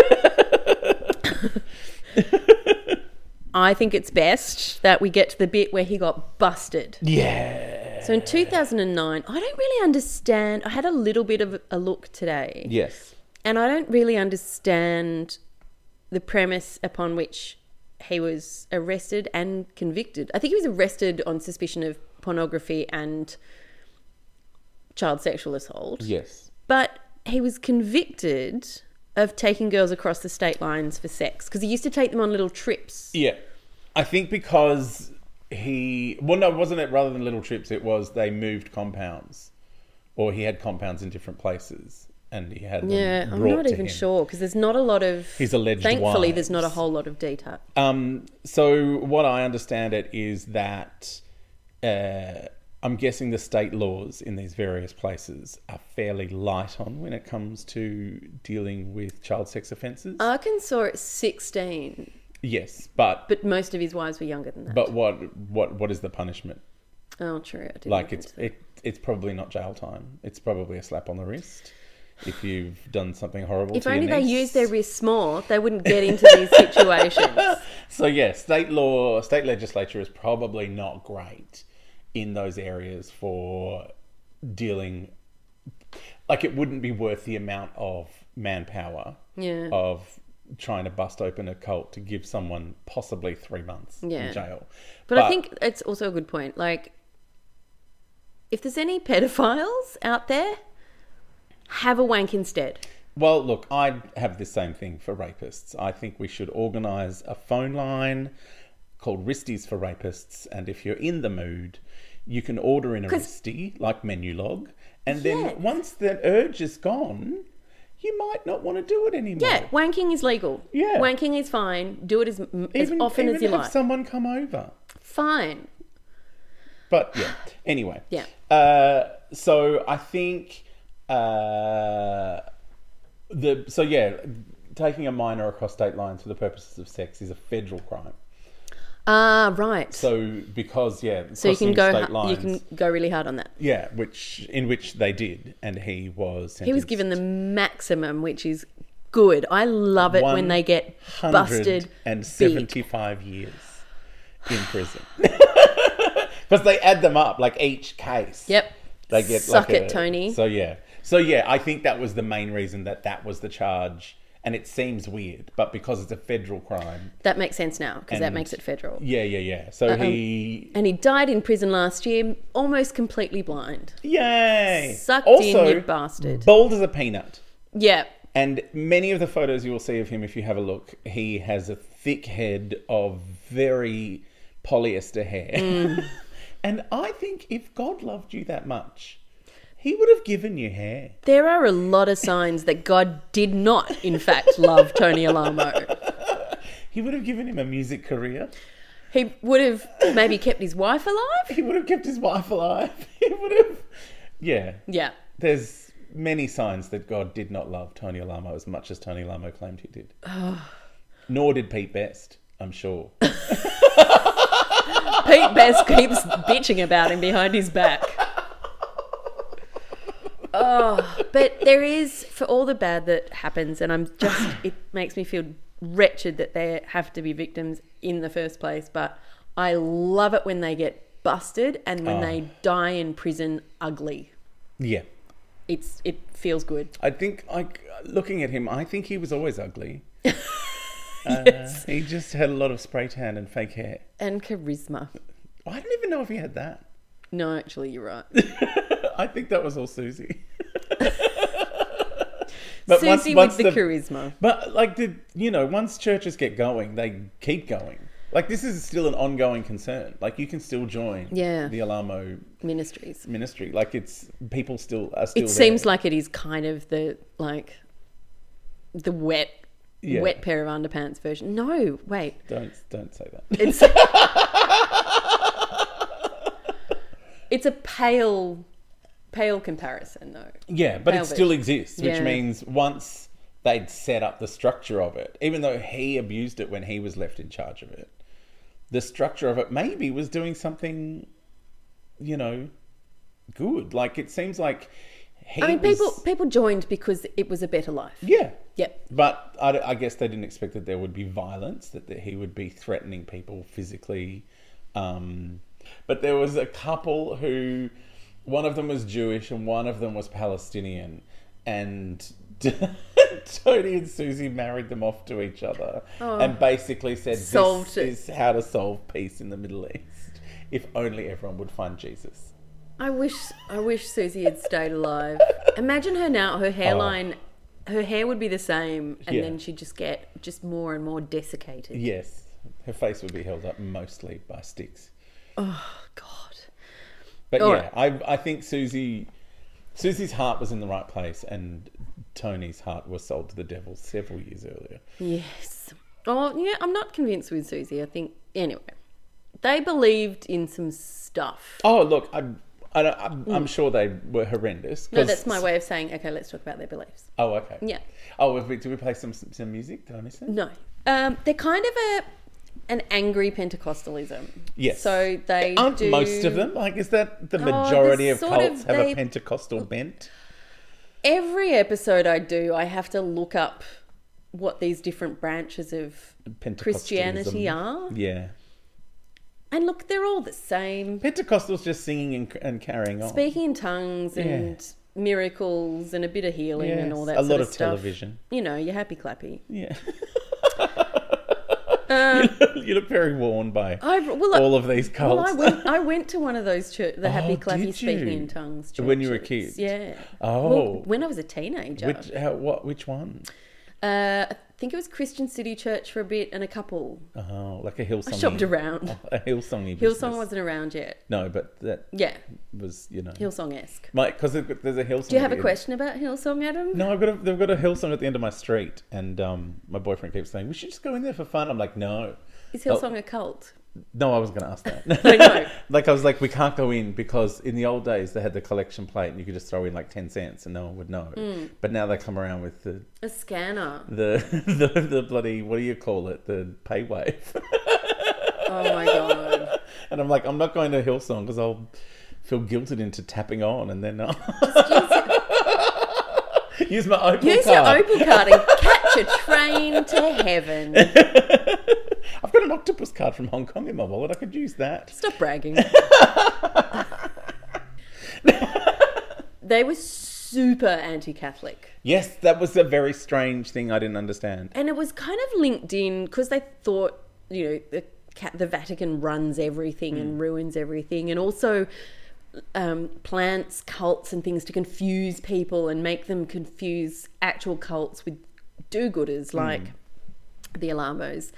B: I think it's best that we get to the bit where he got busted.
C: Yeah.
B: So in 2009, I don't really understand. I had a little bit of a look today,
C: Yes.
B: and I don't really understand the premise upon which he was arrested and convicted. I think he was arrested on suspicion of pornography and child sexual assault.
C: Yes.
B: But he was convicted of taking girls across the state lines for sex because he used to take them on little trips.
C: Yeah. I think because he well no, wasn't it rather than little trips, it was they moved compounds. Or he had compounds in different places and he had them
B: Yeah, I'm
C: brought
B: not
C: to
B: even
C: him.
B: sure because there's not a lot of.
C: His alleged
B: Thankfully, there's not a
C: wives.
B: whole lot of detail.
C: Um, so what I understand it is that uh, I'm guessing the state laws in these various places are fairly light on when it comes to dealing with child sex offences.
B: Arkansas at 16,
C: yes, but, but
B: but most of his wives were younger than that.
C: what what what is the punishment?
B: oh, true. I didn't
C: Like
B: think
C: it's
B: so.
C: it, it's probably not jail time. It's probably a slap on the wrist if you've done something horrible.
B: If
C: to your
B: only they
C: niece.
B: used their wrists more, they wouldn't
C: <laughs>
B: get into these situations.
C: So yeah, state law, state legislature is probably not great in those areas for dealing. Like it wouldn't be worth the amount of manpower
B: Yeah.
C: of trying to bust open a cult to give someone possibly three months
B: Yeah.
C: in jail.
B: But, I think it's also a good point. Like, if there's any pedophiles out there, have a wank instead.
C: Well, look, I have this same thing for rapists. I think we should organise a phone line called Risties for Rapists, and if you're in the mood, you can order in a
B: 'Cause-
C: Risty, like menu log, and
B: Yes.
C: then once that urge is gone, you might not want to do it anymore.
B: Yeah, wanking is legal.
C: Yeah.
B: Wanking is fine. Do it as, as
C: even,
B: often
C: even
B: as you
C: have
B: like.
C: someone come over.
B: Fine.
C: But yeah. Anyway.
B: Yeah.
C: Uh, so I think uh, the so yeah, taking a minor across state lines for the purposes of sex is a federal crime.
B: Ah, right. So,
C: So because yeah,
B: you can
C: crossing
B: go
C: state
B: ha-
C: lines,
B: you can go really hard on that.
C: yeah, which in which they did, and he was sentenced
B: He was given the maximum, which is good. I love it when they get busted
C: and
B: big.
C: seventy five years in prison <laughs> because they add them up like each case.
B: Yep.
C: They get
B: Suck
C: like
B: it,
C: a-
B: Tony.
C: So yeah, so yeah, I think that was the main reason that that was the charge, and it seems weird, but because it's a federal crime,
B: that makes sense now because that
C: And-
B: makes it federal.
C: yeah, yeah, yeah. So he,
B: And he died in prison last year, almost completely blind.
C: yay,
B: Sucked in, you bastard.
C: bald as a peanut.
B: Yeah.
C: And many of the photos you will see of him, if you have a look, he has a thick head of very polyester hair.
B: Mm.
C: <laughs> and I think if God loved you that much, he would have given you hair.
B: There are a lot of signs that God did not, in fact, love Tony Alamo.
C: He would have given him a music career.
B: He would have maybe kept his wife alive.
C: He would have kept his wife alive. <laughs> He would have. Yeah.
B: Yeah.
C: There's many signs that God did not love Tony Alamo as much as Tony Alamo claimed
B: <sighs>
C: he did. Nor did Pete Best, I'm
B: <coughs>
C: sure.
B: Pete Best keeps bitching about him behind his back. Oh, but there is, for all the bad that happens, and I'm just, it makes me feel wretched that they have to be victims in the first place, but I love it when they get busted and when
C: Oh.
B: they die in prison ugly.
C: yeah.
B: It's It feels good.
C: I think, like, looking at him, I think he was always ugly. Uh,
B: Yes.
C: He just had a lot of spray tan and fake hair.
B: And charisma.
C: I don't even know if he had that. <laughs>
B: No, actually, you're right.
C: I think that was all Susie. <laughs> but
B: Susie with the, charisma.
C: But like, did you know? Once churches get going, they keep going. Like this is still an ongoing concern. Like you can still join.
B: Yeah.
C: The Alamo
B: Ministries.
C: ministry. Like it's people still are still.
B: it seems like it is kind of the like the wet
C: Yeah.
B: wet pair of underpants version no
C: <laughs>
B: wait
C: Don't don't say that.
B: it's it's a pale pale comparison though
C: Yeah, but it
B: Velvet.
C: still exists, which
B: Yeah.
C: means once they'd set up the structure of it, even though he abused it when he was left in charge of it. The structure of it maybe was doing something, you know, good. Like it seems like he.
B: I mean,
C: was-
B: people people joined because it was a better life.
C: Yeah.
B: Yep.
C: But I, I guess they didn't expect that there would be violence, that, that he would be threatening people physically. Um, but there was a couple who, one of them was Jewish and one of them was Palestinian, and <laughs> Tony and Susie married them off to each other and basically said,
B: Oh. Solved
C: "This
B: it."
C: is how to solve peace in the Middle East. If only everyone would find Jesus."
B: I wish I wish Susie had stayed alive. Imagine her now, her hairline her hair would be the same and
C: Oh. Yeah.
B: then she'd just get just more and more desiccated.
C: Yes, her face would be held up mostly by sticks.
B: God.
C: But
B: All
C: yeah, I I think Susie Susie's heart was in the right place and Tony's heart was sold to the devil several years earlier.
B: Yes. Oh, yeah, I'm not convinced with Susie. I think anyway. They believed in some stuff.
C: Oh, look, I I don't, I'm, I'm sure they were horrendous.
B: Mm. No,
C: 'cause-
B: that's my way of saying, okay, let's talk about their beliefs.
C: Oh, okay.
B: Yeah.
C: Oh, have we, did we play some some music? Did I miss it?
B: No. Um, they're kind of a an angry Pentecostalism.
C: Yes.
B: So they
C: Aren't
B: do...
C: most of them like? Is that the
B: Oh,
C: majority
B: they're
C: of
B: sort of-
C: cults have a
B: they-
C: Pentecostal bent?
B: Every episode I do, I have to look up what these different branches of
C: Pentecostalism.
B: Christianity are.
C: Yeah.
B: And look, they're all the same.
C: Pentecostals just singing and, and carrying on.
B: Speaking in tongues and miracles and a bit of healing and all
C: Yes,
B: that
C: a
B: sort
C: lot
B: of,
C: of
B: stuff.
C: television.
B: You know, you're happy clappy.
C: Yeah. <laughs>
B: Um,
C: you look very worn by
B: I well, I-
C: all of these
B: well,
C: cults.
B: I went. I went to one of those church, the happy
C: Oh,
B: clappy
C: did
B: speaking
C: you?
B: in tongues. Churches.
C: When you were a kid?
B: yeah.
C: <laughs> Oh.
B: Well, when I was a teenager,
C: Which how, what? Which one?
B: uh, I think it was Christian City Church for a bit and a couple.
C: Oh, like a Hillsong. Oh,
B: I shopped around.
C: A Hillsong.
B: <laughs> Hillsong wasn't around yet.
C: No, but that
B: Yeah,
C: was you know.
B: Hillsong esque.
C: My because there's a Hillsong.
B: Do you
C: at
B: have a
C: the-
B: question about Hillsong, Adam?
C: No, I've got a, they've got a Hillsong at the end of my street, and um, my boyfriend keeps saying we should just go in there for fun. I'm like, no,
B: Is Hillsong a cult?
C: no, I was going to ask that.
B: <laughs> I know.
C: <laughs> like I was like, we can't go in because in the old days they had the collection plate and you could just throw in like ten cents and no one would know.
B: Hmm.
C: But now they come around with the
B: A scanner.
C: the <laughs> the, the bloody what do you call it the pay wave.
B: Oh my god.
C: And I'm like, I'm not going to Hillsong because I'll feel guilted into tapping on and then I'll <laughs> use my Opal
B: Use your
C: card.
B: Opal card and catch a train to heaven.
C: I've got an octopus card from Hong Kong in my wallet. I could use that.
B: Stop bragging. they were super anti Catholic.
C: Yes, that was a very strange thing I didn't understand.
B: And it was kind of linked in because they thought, you know, the, Ca- the Vatican runs everything and ruins everything and also um, plants cults and things to confuse people and make them confuse actual cults with do gooders
C: Hmm.
B: like the Alamos.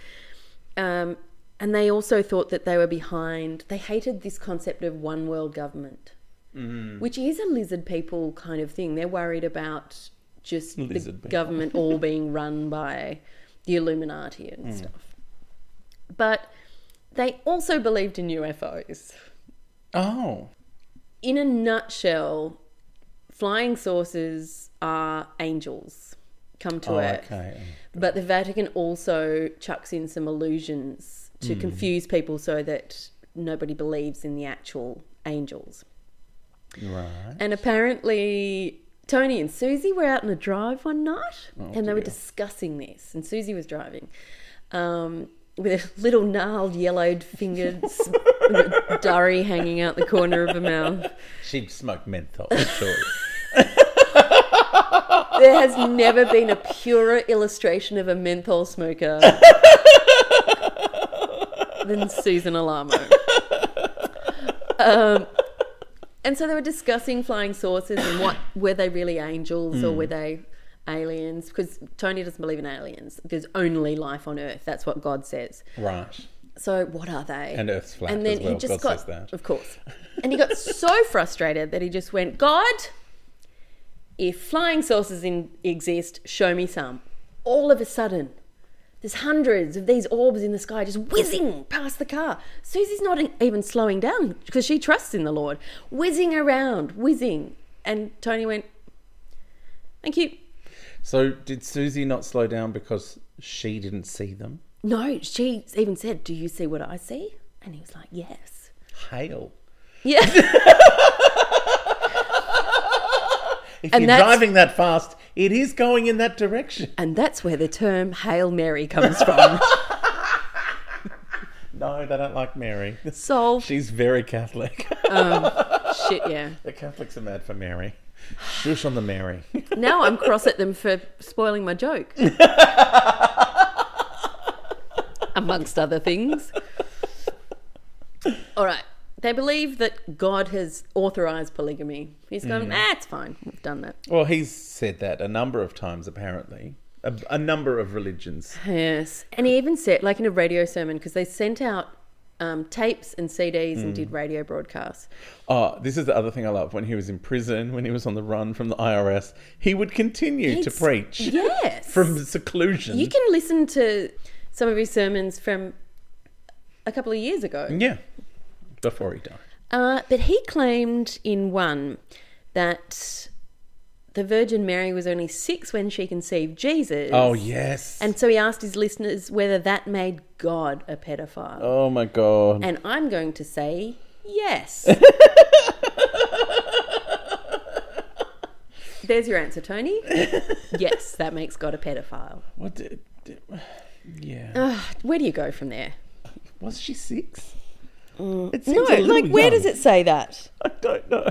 B: Um, and they also thought that they were behind, they hated this concept of one world government,
C: Mm-hmm.
B: which is a lizard people kind of thing. They're worried about just
C: Lizard
B: the
C: people.
B: government
C: <laughs>
B: all being run by the Illuminati
C: Hmm.
B: and stuff. But they also believed in UFOs.
C: Oh,
B: In a nutshell, flying saucers are angels come to
C: oh
B: Earth.
C: okay.
B: But the Vatican also chucks in some illusions to
C: Hmm.
B: confuse people so that nobody believes in the actual angels.
C: Right.
B: And apparently, Tony and Susie were out on a drive one night and they were
C: Oh, dear.
B: discussing this. And Susie was driving um, with her little gnarled, yellowed
C: <laughs>
B: fingered s- durry hanging out the corner of her mouth.
C: She'd smoke menthol, sure.
B: <laughs> There has never been a purer illustration of a menthol smoker than Susan Alamo. Um, and so they were discussing flying saucers and what were they really angels or were they aliens? Because Tony doesn't believe in aliens. There's only life on Earth. That's what God says.
C: right.
B: So what are they?
C: And Earth's flat
B: And then
C: as well.
B: he just
C: God says
B: got,
C: that.
B: of course. And he got so <laughs> frustrated that he just went, God, if flying saucers in, exist, show me some. All of a sudden, there's hundreds of these orbs in the sky just whizzing past the car. Susie's not even slowing down because she trusts in the Lord. Whizzing around, whizzing. And Tony went, Thank you.
C: So did Susie not slow down because she didn't see them?
B: No, she even said, Do you see what I see? And he was like,
C: <laughs>
B: Yes.
C: Hail.
B: Yeah.
C: If
B: And
C: you're
B: that's-
C: driving that fast, it is going in that direction. <laughs>
B: and that's where the term Hail Mary comes from.
C: No, they don't like Mary. <laughs>
B: Solve
C: She's very Catholic.
B: shit, yeah.
C: the Catholics are mad for Mary. Shush on the Mary.
B: Now I'm cross at them for spoiling my joke. Amongst other things. All right. They believe that God has authorized polygamy. He's gone, ah, it's fine. We've done that.
C: <laughs> Well, he's said that a number of times, apparently. A, a number of religions.
B: Yes. And he even said, like in a radio sermon, because they sent out um, tapes and CDs and did radio broadcasts.
C: Oh, this is the other thing I love. When he was in prison, when he was on the run from the IRS, he would continue to
B: He'd-
C: preach
B: Yes.
C: from seclusion.
B: you can listen to some of his sermons from a couple of years ago.
C: yeah, before he died.
B: Uh, but he claimed in one that the Virgin Mary was only six when she conceived Jesus.
C: Oh, yes.
B: And so he asked his listeners whether that made God a pedophile.
C: oh, my God.
B: And I'm going to say
C: <laughs>
B: yes. There's your answer, Tony. yes, that makes God a pedophile.
C: what did. did- yeah.
B: Uh, Where do you go from there?
C: was she six? It
B: Mm. No,
C: seems a little
B: like, where
C: young.
B: does it say that?
C: <laughs> I don't know.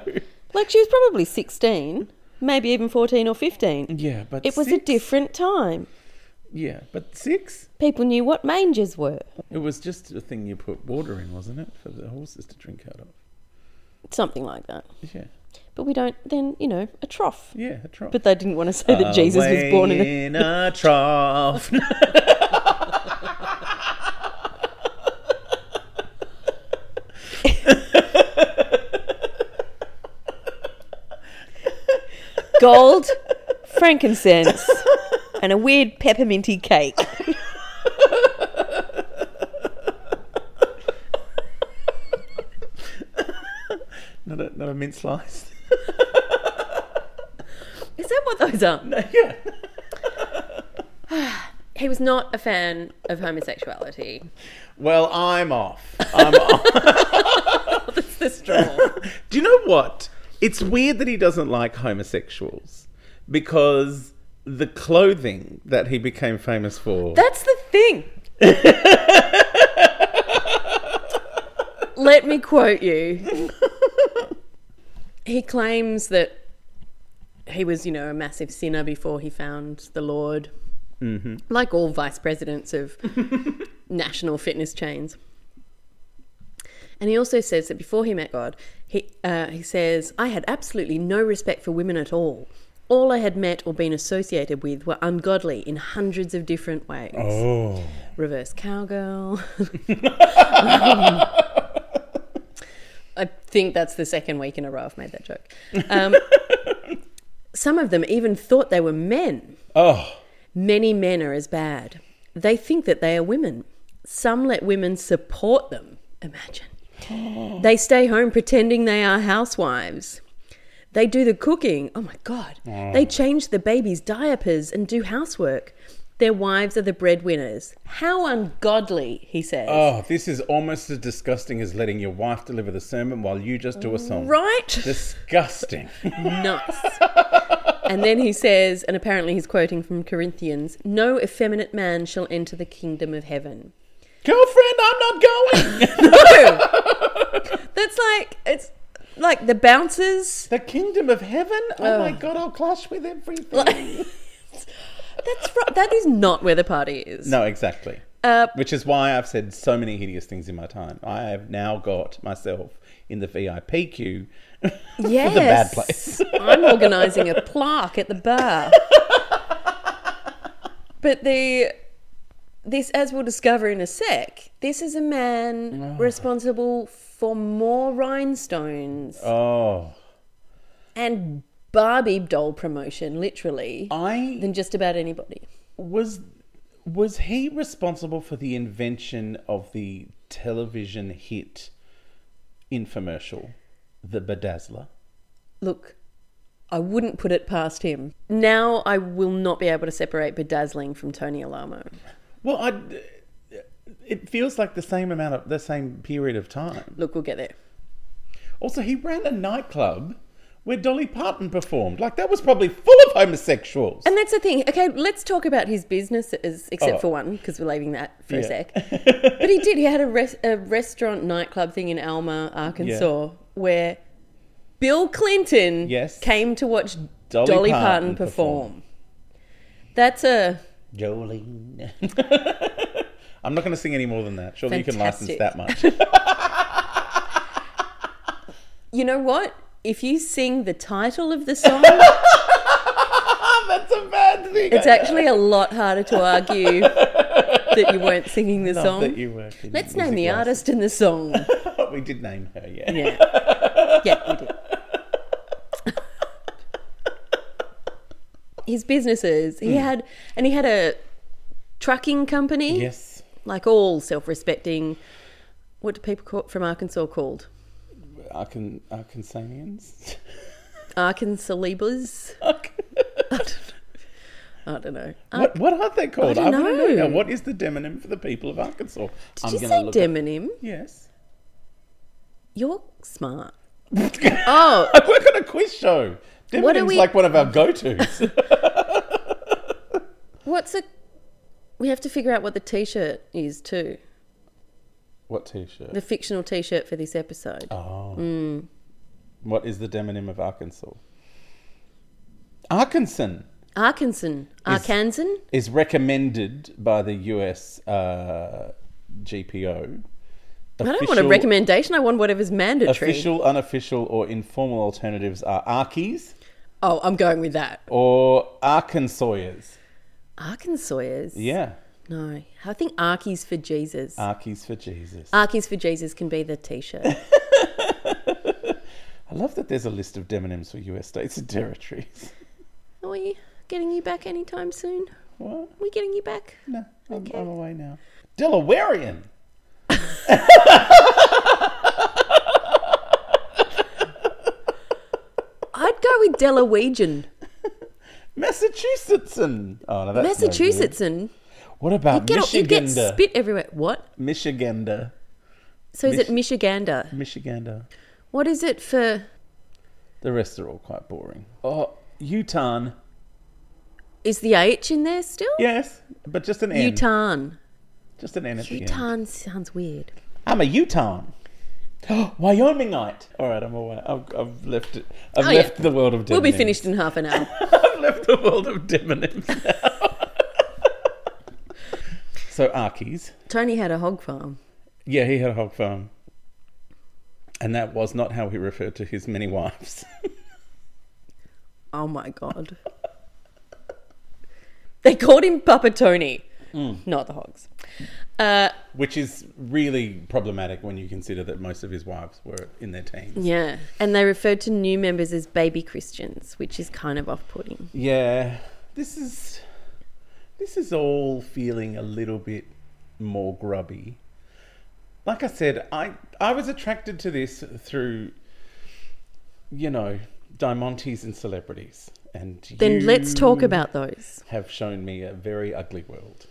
B: Like, she was probably 16, maybe even 14 or 15.
C: Yeah, but
B: It was a
C: six-
B: different time.
C: Yeah, but six.
B: People knew what mangers were.
C: It was just a thing you put water in, wasn't it, for the horses to drink out of?
B: Something like that.
C: Yeah,
B: But we don't, then, you know, a trough.
C: yeah, a trough.
B: But they didn't want to say that Jesus was born in a.
C: Away in a trough.
B: <laughs>
C: <laughs>
B: gold, <laughs> frankincense, and a weird pepperminty cake.
C: <laughs> not a not a mint slice. <laughs>
B: Is that what those are?
C: yeah.
B: He was not a fan of homosexuality.
C: Well, I'm off. Um, I'm off.
B: That's the straw.
C: <laughs> Do you know what? It's weird that he doesn't like homosexuals because the clothing that he became famous for.
B: That's the thing. Let me quote you. He claims that he was, you know, a massive sinner before he found the Lord, mm-hmm. like all vice presidents of national fitness chains. And he also says that before he met God, he, uh, he says, I had absolutely no respect for women at all. All I had met or been associated with were ungodly in hundreds of different ways.
C: oh.
B: Reverse cowgirl. Um, I think that's the second week in a row I've made that joke. Um, some of them even thought they were men.
C: Oh.
B: Many men are as bad. They think that they are women. Some let women support them. Imagine. They stay home pretending they are housewives. They do the cooking. Oh my God. They change the baby's diapers and do housework. Their wives are the breadwinners. How ungodly, he says.
C: Oh, this is almost as disgusting as letting your wife deliver the sermon while you just do a song.
B: Right?
C: <laughs> Disgusting.
B: Nice. and then he says, and apparently he's quoting from Corinthians no effeminate man shall enter the kingdom of heaven.
C: Girlfriend, I'm not
B: <laughs>
C: going.
B: That's like it's like the bouncers.
C: the kingdom of heaven? Oh, my
B: Ugh.
C: God, I'll clash with everything.
B: That's right. That is not where the party is.
C: no, exactly.
B: Uh,
C: Which is why I've said so many hideous things in my time. I have now got myself in the VIP queue. <laughs>
B: yes.
C: the bad place.
B: <laughs> I'm organising a plaque at the
C: <laughs>
B: bar. but the this, as we'll discover in a sec, this is a man responsible for more rhinestones
C: Oh.
B: and Barbie doll promotion, literally,
C: I
B: than just about anybody.
C: was was he responsible for the invention of the television hit infomercial, The Bedazzler?
B: Look, I wouldn't put it past him. Now I will not be able to separate Bedazzling from Tony Alamo.
C: Well, I, it feels like the same amount of the same period of time.
B: Look, we'll get there.
C: Also, he ran a nightclub where Dolly Parton performed. Like that was probably full of homosexuals.
B: And that's the thing. Okay, let's talk about his businesses, except
C: Oh.
B: for one, because we're leaving that for a
C: Yeah.
B: sec.
C: <laughs>
B: but he did. He had a, res- a restaurant nightclub thing in Alma, Arkansas, where Bill Clinton
C: Yes.
B: came to watch
C: Dolly
B: Dolly,
C: Parton
B: Parton, perform. That's a
C: Jolene. <laughs> I'm not going to sing any more than that. Surely you can license
B: Fantastic.
C: that much. <laughs>
B: you know what? If you sing the title of the song,
C: That's a bad thing.
B: it's actually a lot harder to argue that you weren't singing the
C: Not
B: song.
C: that you work in
B: Let's name
C: music
B: the
C: license.
B: artist and the song.
C: <laughs> we did name her, yeah.
B: Yeah. Yeah, we did. His businesses.
C: Hmm.
B: He had and he had a trucking company.
C: Yes.
B: Like all self respecting what do people call, from Arkansas called?
C: Arkan, <laughs> Arkansanians.
B: Arkansalibas? I don't know. Ar-
C: what, what are they called?
B: I don't
C: wanna
B: know.
C: now. What is the demonym for the people of Arkansas? Did
B: Did you say demonym?
C: Yes. <laughs>
B: You're smart.
C: I
B: Oh,
C: work on a quiz show.
B: What are
C: Demonym's
B: we-
C: like one of our go-tos. <laughs>
B: what's a we have to figure out what the t shirt is too.
C: what T-shirt?
B: The fictional t shirt for this episode.
C: Oh. What is the demonym of Arkansas? Arkansan
B: Arkansan. Arkansan?
C: is recommended by the US uh, GPO.
B: I don't want a recommendation. I want whatever's mandatory.
C: Official, unofficial, or informal alternatives are Arkies
B: Oh, I'm going with that.
C: or Arkansayers.
B: Arkansas.
C: Yeah,
B: No, I think Arkies for Jesus.
C: Arkies for Jesus.
B: Arkies for Jesus can be the
C: <laughs>
B: T-shirt.
C: I love that there's a list of demonyms for US states and territories. <laughs>
B: Are we getting you back anytime soon?
C: What?
B: we getting you back?
C: No, I'm,
B: Okay.
C: I'm away now. Delawarean.
B: I'd go with Delawegian.
C: Massachusettsan. Oh, no, that's no good.
B: Massachusetts and
C: What about
B: get all- you'd get
C: Michigander?
B: spit everywhere. What?
C: Michigander.
B: So is it
C: Mich-
B: Michigander?
C: Michigander.
B: What is it for?
C: The rest are all quite boring. Oh, Utan.
B: Is the H in there still?
C: Yes, but just an N.
B: Utan.
C: Just an N at the end.
B: Utan sounds weird.
C: I'm a <gasps> Utan. Wyomingite. All right, I'm away. I've, I've left it. I've
B: Oh, yeah.
C: left the world of demonyms.
B: We'll be finished in half an hour.
C: <laughs>
B: <laughs>
C: I've left the world of demonyms now. <laughs> so Arkies.
B: Tony had a hog farm.
C: Yeah, he had a hog farm. And that was not how he referred to his many wives. <laughs>
B: Oh my god. they called him Papa Tony,
C: Hmm.
B: not the hogs. Uh,
C: Which is really problematic when you consider that most of his wives were in their teens.
B: yeah, and they referred to new members as baby Christians, which is kind of off-putting.
C: Yeah, this is this is all feeling a little bit more grubby. Like I said, I I was attracted to this through you know, diamantes and celebrities. And
B: Then
C: you
B: let's talk about those.
C: have shown me a very ugly world.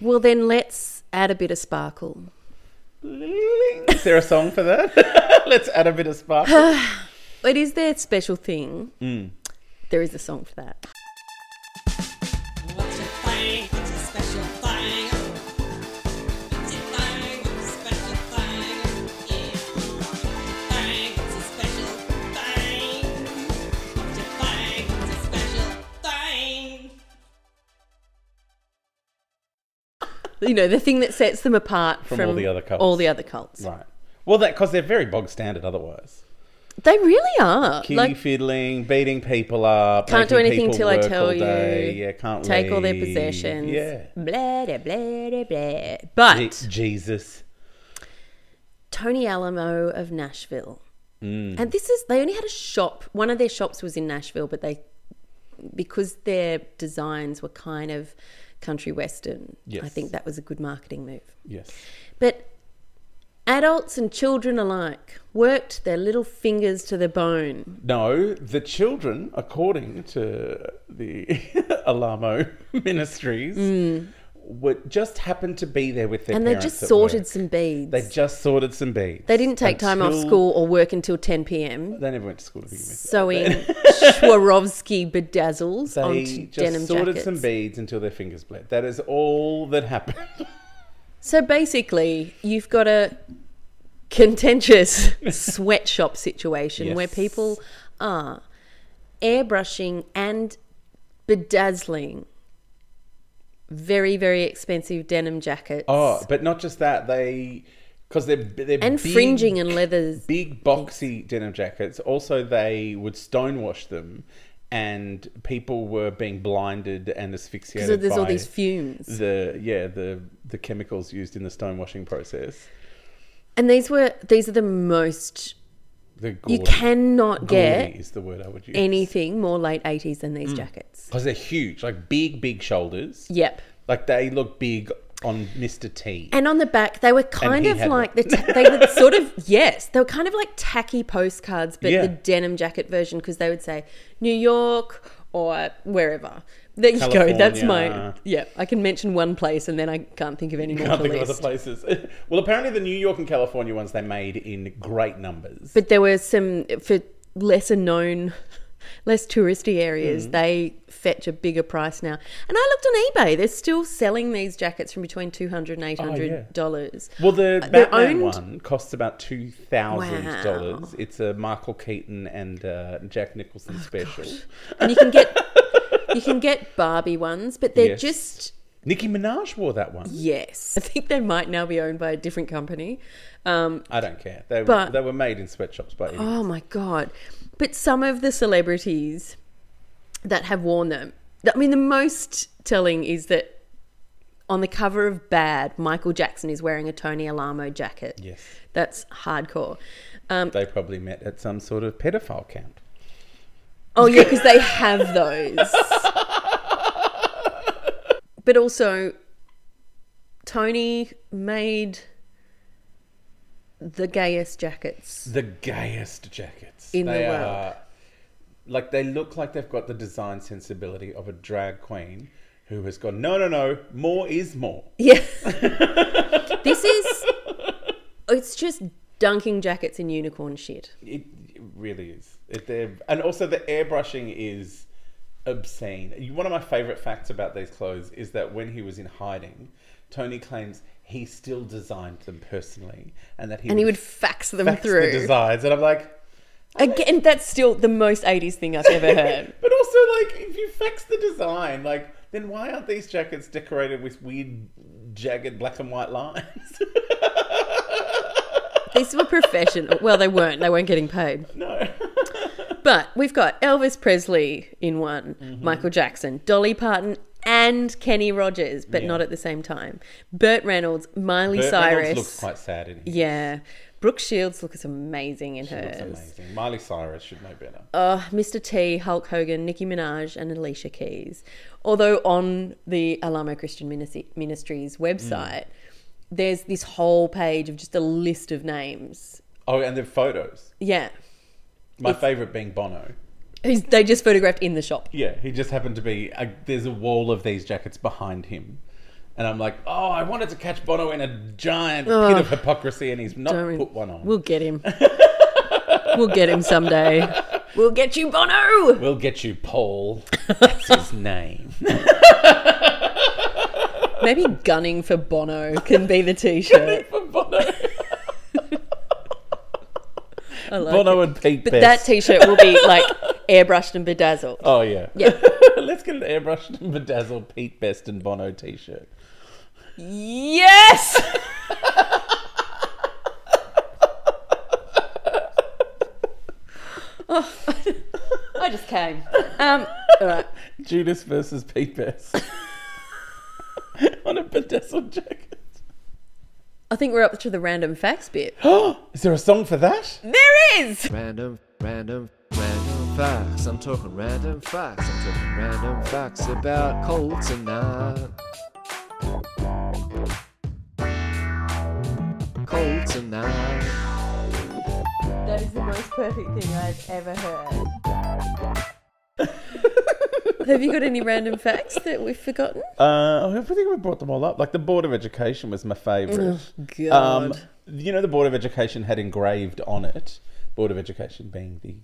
B: Well, then let's add a bit of sparkle.
C: Is there a song for that? <laughs> Let's add a bit of sparkle.
B: It is their special thing.
C: Hmm.
B: There is a song for that.
D: What's your thing? What's your special thing? What's your thing? What's your special thing? Yeah. What's your thing? What's your special thing? What's your thing? What's your special thing?
B: You know, the thing that sets them apart from,
C: From all the other cults.
B: all the other cults.
C: right. Well, that because they're very bog standard otherwise.
B: They really are.
C: Key
B: like,
C: fiddling, beating people up.
B: Can't do
C: making
B: anything
C: people
B: till I
C: work
B: tell
C: all
B: you.
C: day. Yeah, can't
B: take all their
C: leave.
B: possessions.
C: Yeah.
B: Blah, blah, blah, blah, blah. But
C: It- Jesus.
B: Tony Alamo of Nashville.
C: Mm.
B: And this is, they only had a shop. One of their shops was in Nashville, but they, because their designs were kind of country western,
C: Yes.
B: I think that was a good marketing move.
C: Yes.
B: But Adults and children alike worked their little fingers to the bone.
C: No, the children, according to the <laughs> Alamo Ministries, were just happened to be there with their
B: Hmm. and they
C: parents
B: just
C: at
B: sorted
C: work.
B: some beads.
C: They
B: They,
C: just sorted some beads.
B: didn't take time off
C: Until-
B: school or work until 10 p.m.
C: They never went to school to begin with. <laughs>
B: Sewing Swarovski bedazzles
C: They
B: onto
C: just
B: denim
C: sorted
B: jackets.
C: some beads until their fingers bled. That is all that happened.
B: So basically, you've got a
C: <laughs>
B: contentious sweatshop situation
C: Yes.
B: where people are airbrushing and bedazzling very, very expensive denim jackets
C: Oh, but not just that. They because they're they're
B: and
C: big,
B: fringing and leathers.
C: big boxy denim jackets. Also, they would stonewash them, and people were being blinded and asphyxiated.
B: So there's all
C: by
B: these fumes.
C: The yeah the the chemicals used in the stonewashing process.
B: And these were these are the most
C: The
B: you
C: gaudy-
B: cannot
C: gaudy
B: get
C: is the word I would use.
B: anything more late 80s than
C: Mm.
B: these jackets.
C: because they're huge, like big big shoulders.
B: Yep.
C: Like they look big on Mr T.
B: And on the back, they were kind
C: he
B: of
C: had
B: like the
C: one.
B: ta- they were sort
C: <laughs>
B: of yes, they were kind of like tacky postcards, but
C: Yeah.
B: the denim jacket version because they would say New York or wherever. There you go. That's my
C: California.
B: yeah. I can mention one place and then I can't think of any more.
C: <laughs> can't
B: to
C: think of
B: list.
C: other places. <laughs> well, apparently the New York and California ones they made in great numbers.
B: But there were some for lesser known, <laughs> less touristy areas.
C: Mm.
B: They fetch a bigger price now. And I looked on eBay. They're still selling these jackets from between two hundred and eight
C: Oh,
B: hundred dollars.
C: Well, the
B: they're
C: Batman
B: owned-
C: one costs about two thousand
B: Wow. Oh,
C: dollars. It's a Michael Keaton and uh, Jack Nicholson special.
B: and you can get
C: <laughs>
B: you can get Barbie ones, but they're
C: Yes.
B: just
C: Nicki Minaj wore that one.
B: yes. I think they might now be owned by a different company. Um,
C: I don't care. They were,
B: But-
C: they were made in sweatshops by Ian.
B: oh my god! But some of the celebrities that have worn them, I mean, the most telling is that on the cover of Bad, Michael Jackson is wearing a Tony Alamo jacket.
C: Yes.
B: that's hardcore. Um,
C: They probably met at some sort of pedophile camp.
B: Oh
C: <laughs>
B: yeah, because they have those. but also, Tony made the gayest jackets.
C: The gayest jackets
B: In the
C: They
B: world.
C: are- like they look like they've got the design sensibility of a drag queen who has gone, no, no, no, more is more. <laughs>
B: Yeah. this is. It's just dunking jackets in unicorn shit.
C: It, it really is. It, they're- and also the airbrushing is obscene. One of my favorite facts about these clothes is that when he was in hiding, Tony claims he still designed them personally, and that he
B: And he would fax them
C: fax
B: through.
C: the designs. And I'm like,
B: Again, that's still the most 80s thing I've ever heard.
C: but also like, if you fax the design, like, then why aren't these jackets decorated with weird, jagged black and white lines?
B: These were professional. Well, they weren't. They weren't getting paid.
C: no. <laughs>
B: But we've got Elvis Presley in one,
C: Mm-hmm.
B: Michael Jackson, Dolly Parton, and Kenny Rogers, but
C: Yeah.
B: not at the same time. Burt Reynolds, Miley
C: Burt
B: Cyrus.
C: Reynolds looks quite sad in here.
B: yeah. Brooke Shields looks amazing in
C: She looks
B: hers.
C: amazing. Miley Cyrus should know better.
B: Oh, Mr. T, Hulk Hogan, Nicki Minaj, and Alicia Keys. Although on the Alamo Christian Minis- Ministries website,
C: Mm.
B: there's this whole page of just a list of names.
C: oh, and the photos.
B: Yeah.
C: My favorite being Bono.
B: Who's, they just photographed in the shop.
C: Yeah, he just happened to be. A, there's a wall of these jackets behind him, and I'm like, oh, I wanted to catch Bono in a giant pit
B: Ugh.
C: of hypocrisy, and he's not
B: Don't we-
C: put one on.
B: We'll get him. we'll get him someday. We'll get you, Bono.
C: We'll get you,
B: <laughs>
C: Paul. That's his name. <laughs>
B: Maybe gunning for Bono can be the T-shirt.
C: For Bono,
B: <laughs> I like
C: Bono
B: it.
C: and Pete
B: But that
C: Best.
B: T-shirt will be like airbrushed and bedazzled.
C: oh yeah.
B: Yeah.
C: <laughs> Let's get an airbrushed and bedazzled Pete Best and Bono T-shirt.
B: Yes. Oh, I just came. Um, all right.
C: Judas versus Pete Best
B: <laughs>
C: <laughs> on a bedazzled jacket. <gasps>
B: I think we're up to the random facts bit.
C: Is there a song for that?
B: There is.
E: Random, random, random facts. I'm talking random facts. I'm talking random facts about colds and that. Colds tonight.
F: That is the most perfect thing I've ever heard.
B: <laughs> Have you got any random facts that we've forgotten?
C: Uh, I think we brought them all up. Like the Board of Education was my favourite.
B: Oh,
C: Um,
B: God.
C: you know, the Board of Education had engraved on it, Board of Education being the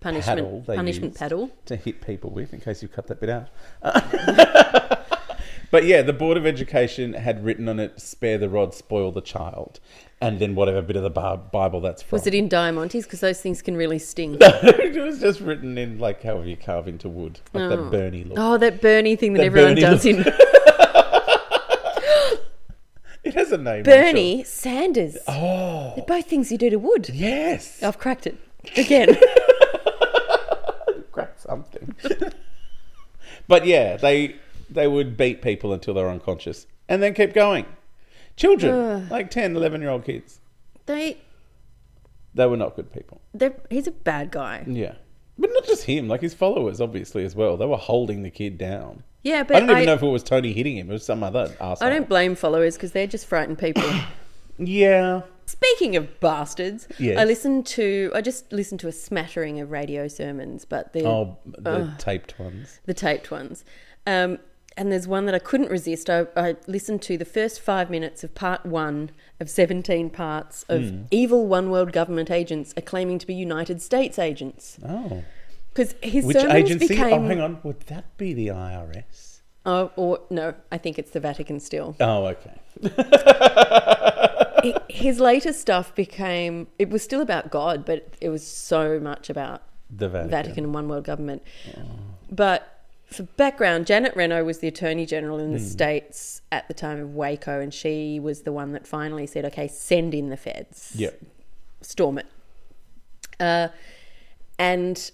B: punishment
C: paddle they
B: punishment
C: used
B: paddle.
C: to hit people with, in case you cut that bit out. <laughs> but yeah, the Board of Education had written on it, "Spare the rod, spoil the child," and then whatever bit of the Bi- Bible that's from.
B: Was it in diamantes? Because those things can really sting.
C: <laughs> it was just written in like however you carve into wood, like that Bernie look.
B: Oh, that Bernie thing that,
C: That
B: everyone
C: Bernie
B: does in
C: It has a name.
B: <laughs>
C: I'm sure.
B: Bernie Sanders. Oh, they're both things you do to wood.
C: Yes.
B: I've cracked it again.
C: grab something. <laughs> but yeah, they they would beat people until they were unconscious and then keep going. Children, like 10, 11 year old kids.
B: <laughs> they,
C: They were not good people.
B: they're, he's a bad guy.
C: Yeah. But not just him, like his followers, obviously, as well. They were holding the kid down.
B: Yeah, but
C: I don't even
B: I-
C: know if it was Tony hitting him. It was some other asshole.
B: I don't blame followers because they're just frightened people.
C: Yeah.
B: Speaking of bastards,
C: Yes.
B: I listened to I just listened to a smattering of radio sermons, but the
C: Oh, the taped ones.
B: the taped ones. Um, and there's one that I couldn't resist. I, I listened to the first five minutes of part one of 17 parts of
C: Hmm.
B: evil one world government agents are claiming to be United States agents.
C: Oh.
B: Because his
C: Which
B: sermons
C: agency?
B: became.
C: Oh, hang on. Would that be the IRS?
B: Oh, or no, I think it's the Vatican still.
C: Oh, okay.
B: Hi- his later stuff became. It was still about God, but it was so much about
C: The Vatican.
B: Vatican and one world government. But for background, Janet Reno was the Attorney General in the States at the time of Waco, and she was the one that finally said, okay, send in the feds,
C: Yep.
B: storm it. Uh, and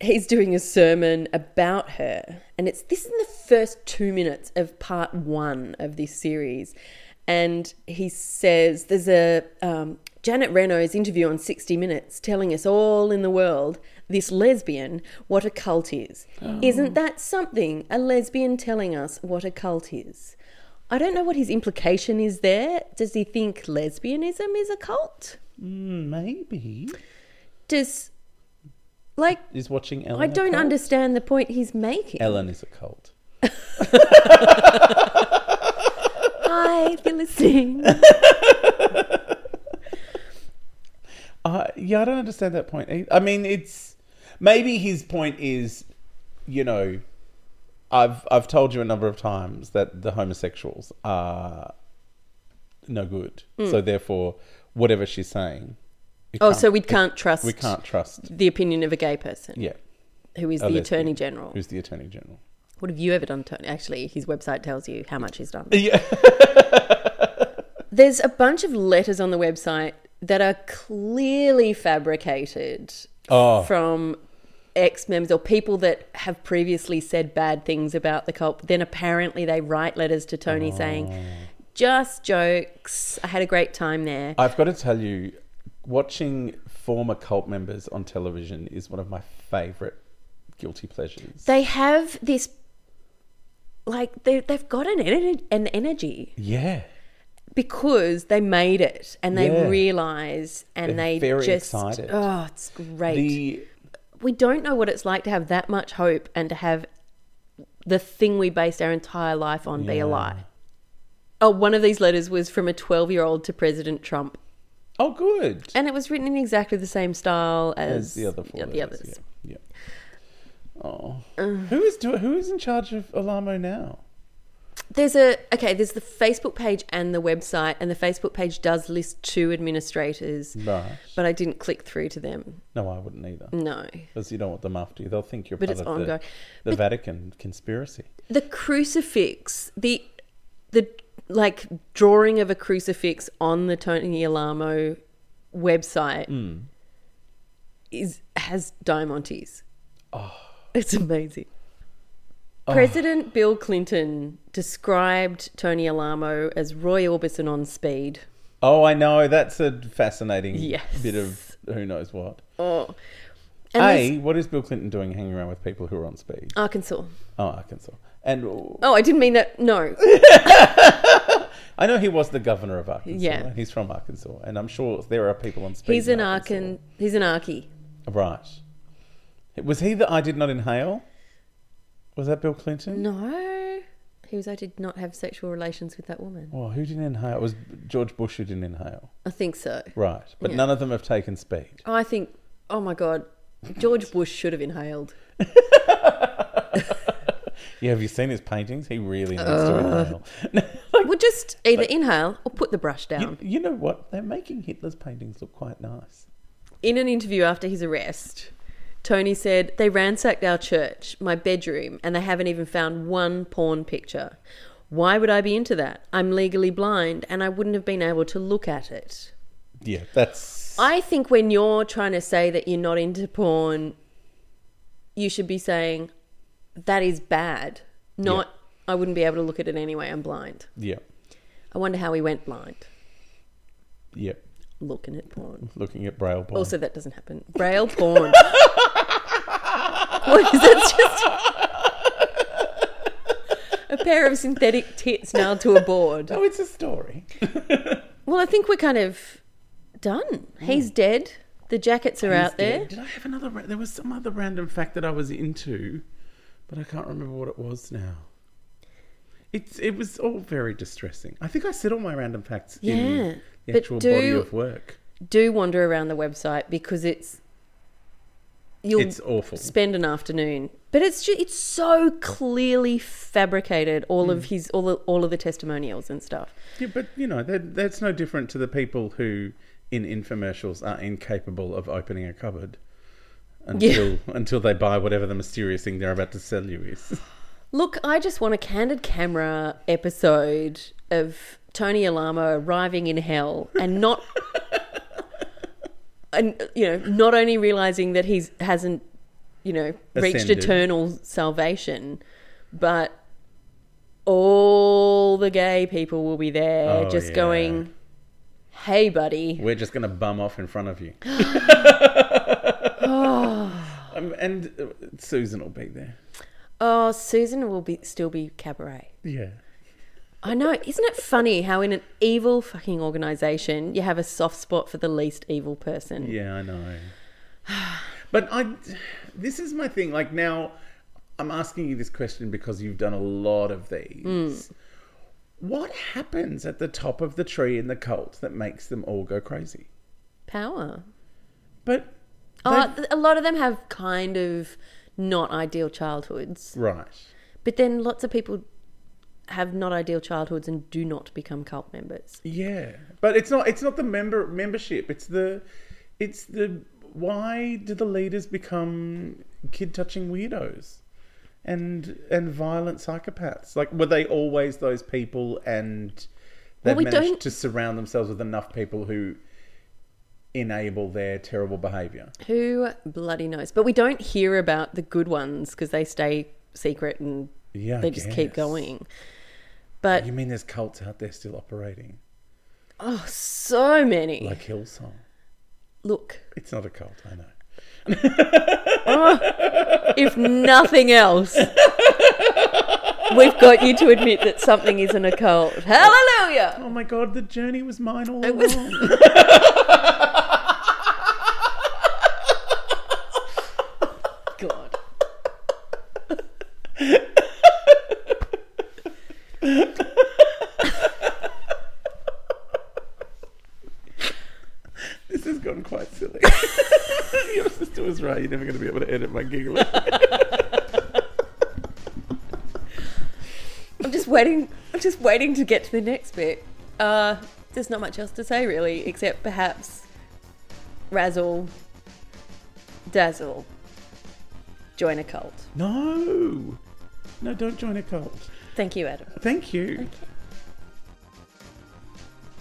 B: he's doing a sermon about her. And it's this in the first two minutes of part one of this series. And he says, There's a um, Janet Reno's interview on 60 Minutes telling us all in the world, this lesbian, what a cult is. Isn't that something? A lesbian telling us what a cult is. I don't know what his implication is there. Does he think lesbianism is a cult?
C: Hmm, Maybe.
B: Does, like,
C: Is watching Ellen.
B: I
C: a
B: don't
C: cult?
B: understand the point he's making.
C: Ellen is a cult.
B: Hi, if you're listening.
C: Uh, yeah, I don't understand that point. ei- I mean, it's maybe his point is, you know, I've I've told you a number of times that the homosexuals are no good. So therefore, whatever she's saying,
B: <laughs>
C: you
B: Hmm. Oh,
C: can't-
B: so we can't trust
C: we can't trust.
B: the opinion of a gay person
C: Yeah,
B: who is
C: a
B: the
C: lesbian
B: Attorney General.
C: Who's the attorney general?
B: What have you ever done, Tony? Actually, his website tells you how much he's done.
C: <laughs> Yeah.
B: There's a bunch of letters on the website that are clearly fabricated
C: Oh.
B: from ex members or people that have previously said bad things about the cult. Then apparently they write letters to Tony
C: Oh.
B: saying, just jokes. I had a great time there.
C: I've got to tell you, watching former cult members on television is one of my favorite guilty pleasures.
B: they have this like they, they've got an, ener- an energy
C: yeah.
B: because they made it and they
C: Yeah.
B: realize and
C: They're
B: they
C: very
B: just
C: excited.
B: oh it's great
C: The
B: we don't know what it's like to have that much hope and to have the thing we based our entire life on be a
C: Yeah.
B: lie oh one of these letters was from a 12 year old to president trump
C: Oh, good.
B: and it was written in exactly the same style as,
C: as the other four.
B: yeah, the
C: letters,
B: others Uh.
C: Yeah. yeah. Oh, who is do, who is in charge of Alamo now?
B: there's a okay there's the facebook page and the website and the facebook page does list two administrators
C: Right.
B: but i didn't click through to them
C: No, I wouldn't either.
B: no
C: Because you don't want them after you. They'll think you're
B: Mm. But
C: part
B: it's
C: of the,
B: ongoing.
C: the
B: But-
C: Vatican conspiracy.
B: the crucifix the the like drawing of a crucifix on the tony alamo website is has diamantes oh it's amazing President Bill Clinton described Tony Alamo as Roy Orbison on speed.
C: Oh, I know. That's a fascinating
B: Yes.
C: bit of who knows what.
B: Oh, and
C: A,
B: there's
C: what is Bill Clinton doing hanging around with people who are on speed?
B: Arkansas.
C: Oh, Arkansas. And
B: Oh, I didn't mean that. No.
C: I know he was the governor of Arkansas.
B: Yeah.
C: He's from Arkansas. And I'm sure there are people on speed.
B: He's
C: in
B: an Arkan. He's an Arky.
C: Arkansas. Right. Was he the I Did Not Inhale? Was that Bill Clinton?
B: No. He was, I did not have sexual relations with that woman.
C: Well, who didn't inhale? It was George Bush who didn't inhale.
B: I think so.
C: Right. But
B: Yeah.
C: none of them have taken speed.
B: I think, oh my God, George Bush should have inhaled.
C: Yeah, have you seen his paintings? He really needs to inhale.
B: Uh.
C: <laughs>
B: Well, just either inhale or put the brush down.
C: you, you know what? They're making Hitler's paintings look quite nice.
B: In an interview after his arrest, Tony said, They ransacked our church, my bedroom, and they haven't even found one porn picture. Why would I be into that? I'm legally blind and I wouldn't have been able to look at it.
C: Yeah, that's.
B: I think when you're trying to say that you're not into porn, you should be saying, That is bad. Not, I wouldn't be able to look at it anyway, I'm blind.
C: Yeah.
B: I wonder how he went blind
C: Yeah.
B: looking at porn.
C: Looking at Braille porn.
B: Also, that doesn't happen. Braille porn. what is that? Just a pair of synthetic tits nailed to a board.
C: oh, it's a story.
B: Well, I think we're kind of done. He's dead. The jackets are out there.
C: Did I have another? Ra- there was some other random fact that I was into, but I can't remember what it was now. It's it was all very distressing. I think I said all my random facts
B: Yeah,
C: in the
B: but
C: actual body
B: do-
C: of work.
B: Do wander around the website because it's you'll
C: It's awful.
B: spend an afternoon. But it's just, it's so clearly fabricated. All of his all of, all of the testimonials and stuff.
C: Yeah, but you know that that's no different to the people who in infomercials are incapable of opening a cupboard until until they buy whatever the mysterious thing they're about to sell you is.
B: Look, I just want a candid camera episode of Tony Alamo arriving in hell and
C: <laughs>
B: not and you know, not only realizing that he's hasn't, you know, reached
C: Ascended.
B: eternal salvation, but all the gay people will be there
C: Oh,
B: just
C: yeah.
B: going, "Hey buddy,
C: We're just going to bum off in front of you. <sighs> um, and uh, Susan will be there.
B: oh, Susan will be still be cabaret."
C: Yeah.
B: I know. Isn't it funny how in an evil fucking organization you have a soft spot for the least evil person?
C: Yeah, I know. But I, this is my thing. Like now, I'm asking you this question because you've done a lot of these. What happens at the top of the tree in the cult that makes them all go crazy?
B: Power.
C: But
B: Oh,
C: they've-
B: th- a lot of them have kind of not ideal childhoods,
C: right,
B: but then lots of people have not ideal childhoods and do not become cult members.
C: yeah. But it's not. It's not the member membership. It's the, it's the why do the leaders become kid touching weirdos, and and violent psychopaths? Like were they always those people and? They've
B: Well, we
C: managed
B: don't-
C: to surround themselves with enough people who enable their terrible behavior.
B: Who bloody knows? But we don't hear about the good ones because they stay secret and
C: Yeah, I
B: they just keep
C: guess.
B: going. But
C: You mean there's cults out there still operating,
B: oh, so many.
C: like Hillsong?
B: Look,
C: It's not a cult, I know.
B: if nothing else, we've got you to admit that something isn't a cult. Hallelujah!
C: Oh my god, the journey was mine all
B: It was-
C: along.
B: God.
C: This has gone quite <laughs> silly. Your sister was right. You're never going to be able to edit my giggling.
B: I'm just waiting. I'm just waiting to get to the next bit. Uh, there's not much else to say really, except perhaps razzle, dazzle, join a cult.
C: <laughs> no. No, don't join a cult.
B: Thank you, Adam.
C: Thank you.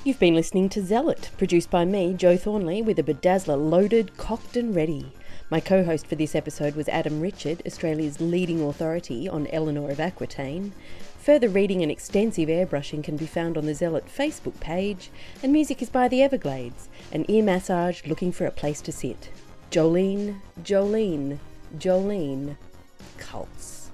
B: You've been listening to Zealot, produced by me, Joe Thornley, with a bedazzler loaded, cocked, and ready. My co host for this episode was Adam Richard, Australia's leading authority on Eleanor of Aquitaine. Further reading and extensive airbrushing can be found on the Zealot Facebook page, and music is by the Everglades, an ear massage looking for a place to sit. Jolene, Jolene, Jolene, cults.